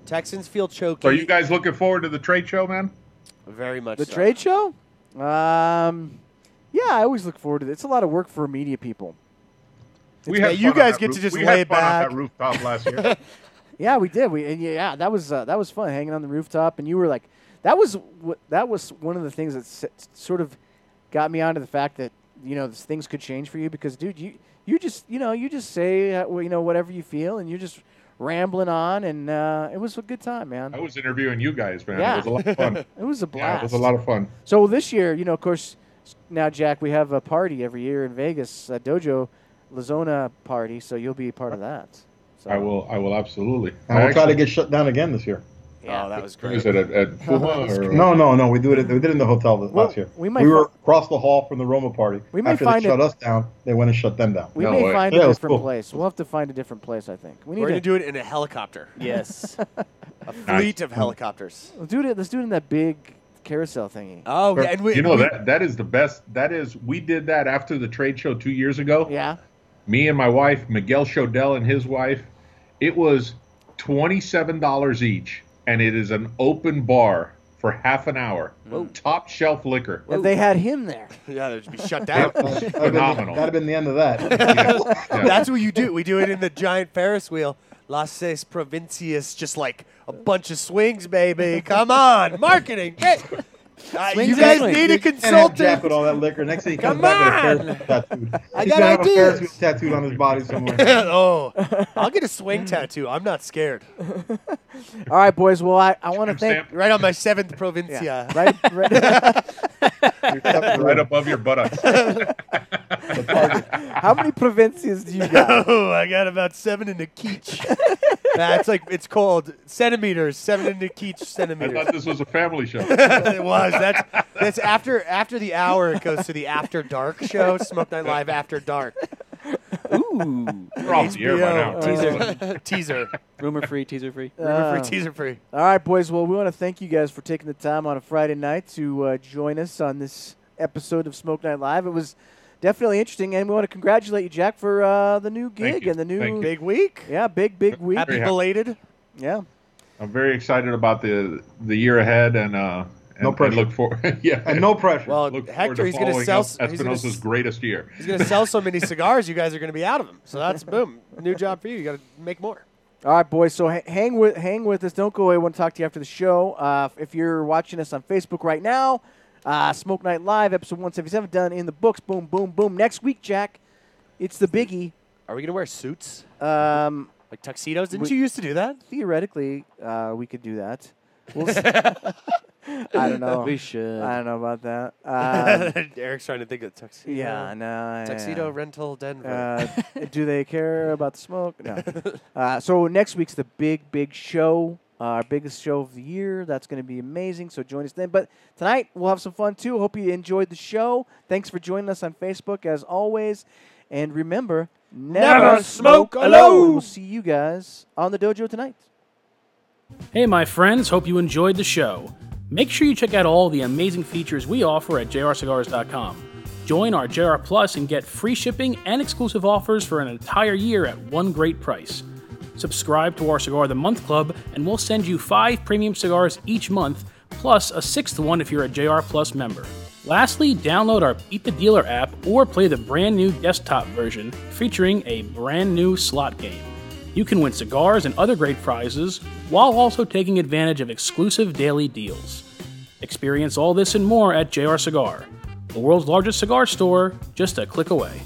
Texans feel choky.
Oh,
So are you guys looking forward to the trade show, man?
Very much.
The
so.
trade show? Um, yeah, I always look forward to it. It's a lot of work for media people.
We had
you
fun on
guys
that
get
roof-
to just
we
lay
had fun on
back.
that rooftop last year.
Yeah, we did. We and yeah, that was uh, that was fun hanging on the rooftop, and you were like, that was wh- that was one of the things that s- sort of got me onto the fact that you know this, things could change for you because, dude, you you just you know you just say uh, well, you know whatever you feel, and you're just rambling on, and uh, it was a good time, man.
I was interviewing you guys, man.
Yeah.
It was a lot of fun.
It was a blast.
Yeah, it was a lot of fun.
So this year, you know, of course, s- now Jack, we have a party every year in Vegas, a Dojo Lazona party. So you'll be a part of that. So
I will. I will absolutely.
And we'll try to get shut down again this year.
Oh, that was
What
great.
is it at, at Puma?
That's
or,
No, no, no. We do it. At, we did it in the hotel th- last year.
we
We,
might
were
fi-
across the hall from the Roma party.
We may
After
find
they shut
it-
us down, they went and shut them down.
We
No
may
way.
find
Yeah,
a
it was
different
cool.
place. We'll have to find a different place. I think we need
We're
to
gonna do it in a helicopter.
Yes.
A fleet of helicopters.
Let's do it. Let's do it in that big carousel thingy.
Oh, yeah, and we,
You know
we-
that that is the best. That is we did that after the trade show two years ago.
Yeah.
Me and my wife, Miguel Chodell and his wife. It was twenty seven dollars each, and it is an open bar for half an hour. Top shelf liquor.
If they had him there,
Yeah, they'd be shut down.
That'd have been the-
Phenomenal.
That'd have been the end of that.
Yeah.
That's what you do. We do it in the giant Ferris wheel. Las Seis Provincias, just like a bunch of swings, baby. Come on, marketing. Hey. Uh, you
Swings
guys
only.
need a
You can't have Jack
consultant.
with all that liquor. Next thing he comes
Come
back
on.
with a Ferris wheel tattoo.
I
He's
got
gonna have a Ferris wheel
ideas.
tattooed on his body somewhere.
oh, I'll get a swing tattoo. I'm not scared.
all right, boys. Well, I, I want to thank.
Stamp
Right on my seventh provincia.
Right, right-
right above your buttocks.
how many provincias do you got?
Oh, I got about seven in the keech. That's like it's called centimeters. Seven in the keech
I
centimeters.
thought this was a family show.
it was. That's that's after after the hour. It goes to the after dark show, Smoke Night Live after dark.
Ooh.
We're off the air by now.
HBO. Teaser, teaser,
Rumor free, teaser free.
Rumor free,
Oh, Uh,
teaser free.
All right, boys. Well, we want to thank you guys for taking the time on a Friday night to uh, join us on this episode of Smoke Night Live. It was definitely interesting, and we want to congratulate you, Jack, for uh, the new
Thank
gig
you.
and the new
Thank
Big week.
yeah, big big week.
Happy
Yeah.
belated.
Yeah,
I'm very excited about the the year ahead and uh and,
No pressure.
and look for yeah
and no pressure.
Well,
look forward
Hector,
to
he's gonna
following
sell
up
s- he's gonna
Espinosa's
s-
greatest year.
He's gonna sell so many cigars, you guys are gonna be out of them. So that's boom. New job for you. You gotta make more.
All right, boys. So ha- hang with hang with us. Don't go away. We want to talk to you after the show. Uh, if you're watching us on Facebook right now, uh, Smoke Night Live, episode 177, done in the books. Boom, boom, boom. Next week, Jack, it's the biggie.
Are we gonna wear suits
Um,
like tuxedos? Didn't
We-
you used to do that?
theoretically, uh, we could do that. We'll s- I don't know.
We should.
I don't know about that. Uh,
Eric's trying to think of tuxedo.
yeah, no.
Tuxedo
yeah.
rental Denver.
Uh, do they care about the smoke? No. Uh, so next week's the big, big show, uh, our biggest show of the year. That's going to be amazing. So join us then. But tonight we'll have some fun too. Hope you enjoyed the show. Thanks for joining us on Facebook as always. And remember, never,
smoke alone.
We'll see you guys on the dojo tonight.
Hey, my friends, hope you enjoyed the show. Make sure you check out all the amazing features we offer at jrcigars.com. Join our JR Plus and get free shipping and exclusive offers for an entire year at one great price. Subscribe to our Cigar of the Month Club, and we'll send you five premium cigars each month, plus a sixth one if you're a JR Plus member. Lastly, download our Beat the Dealer app or play the brand new desktop version featuring a brand new slot game. You can win cigars and other great prizes while also taking advantage of exclusive daily deals. Experience all this and more at JR Cigar, the world's largest cigar store, just a click away.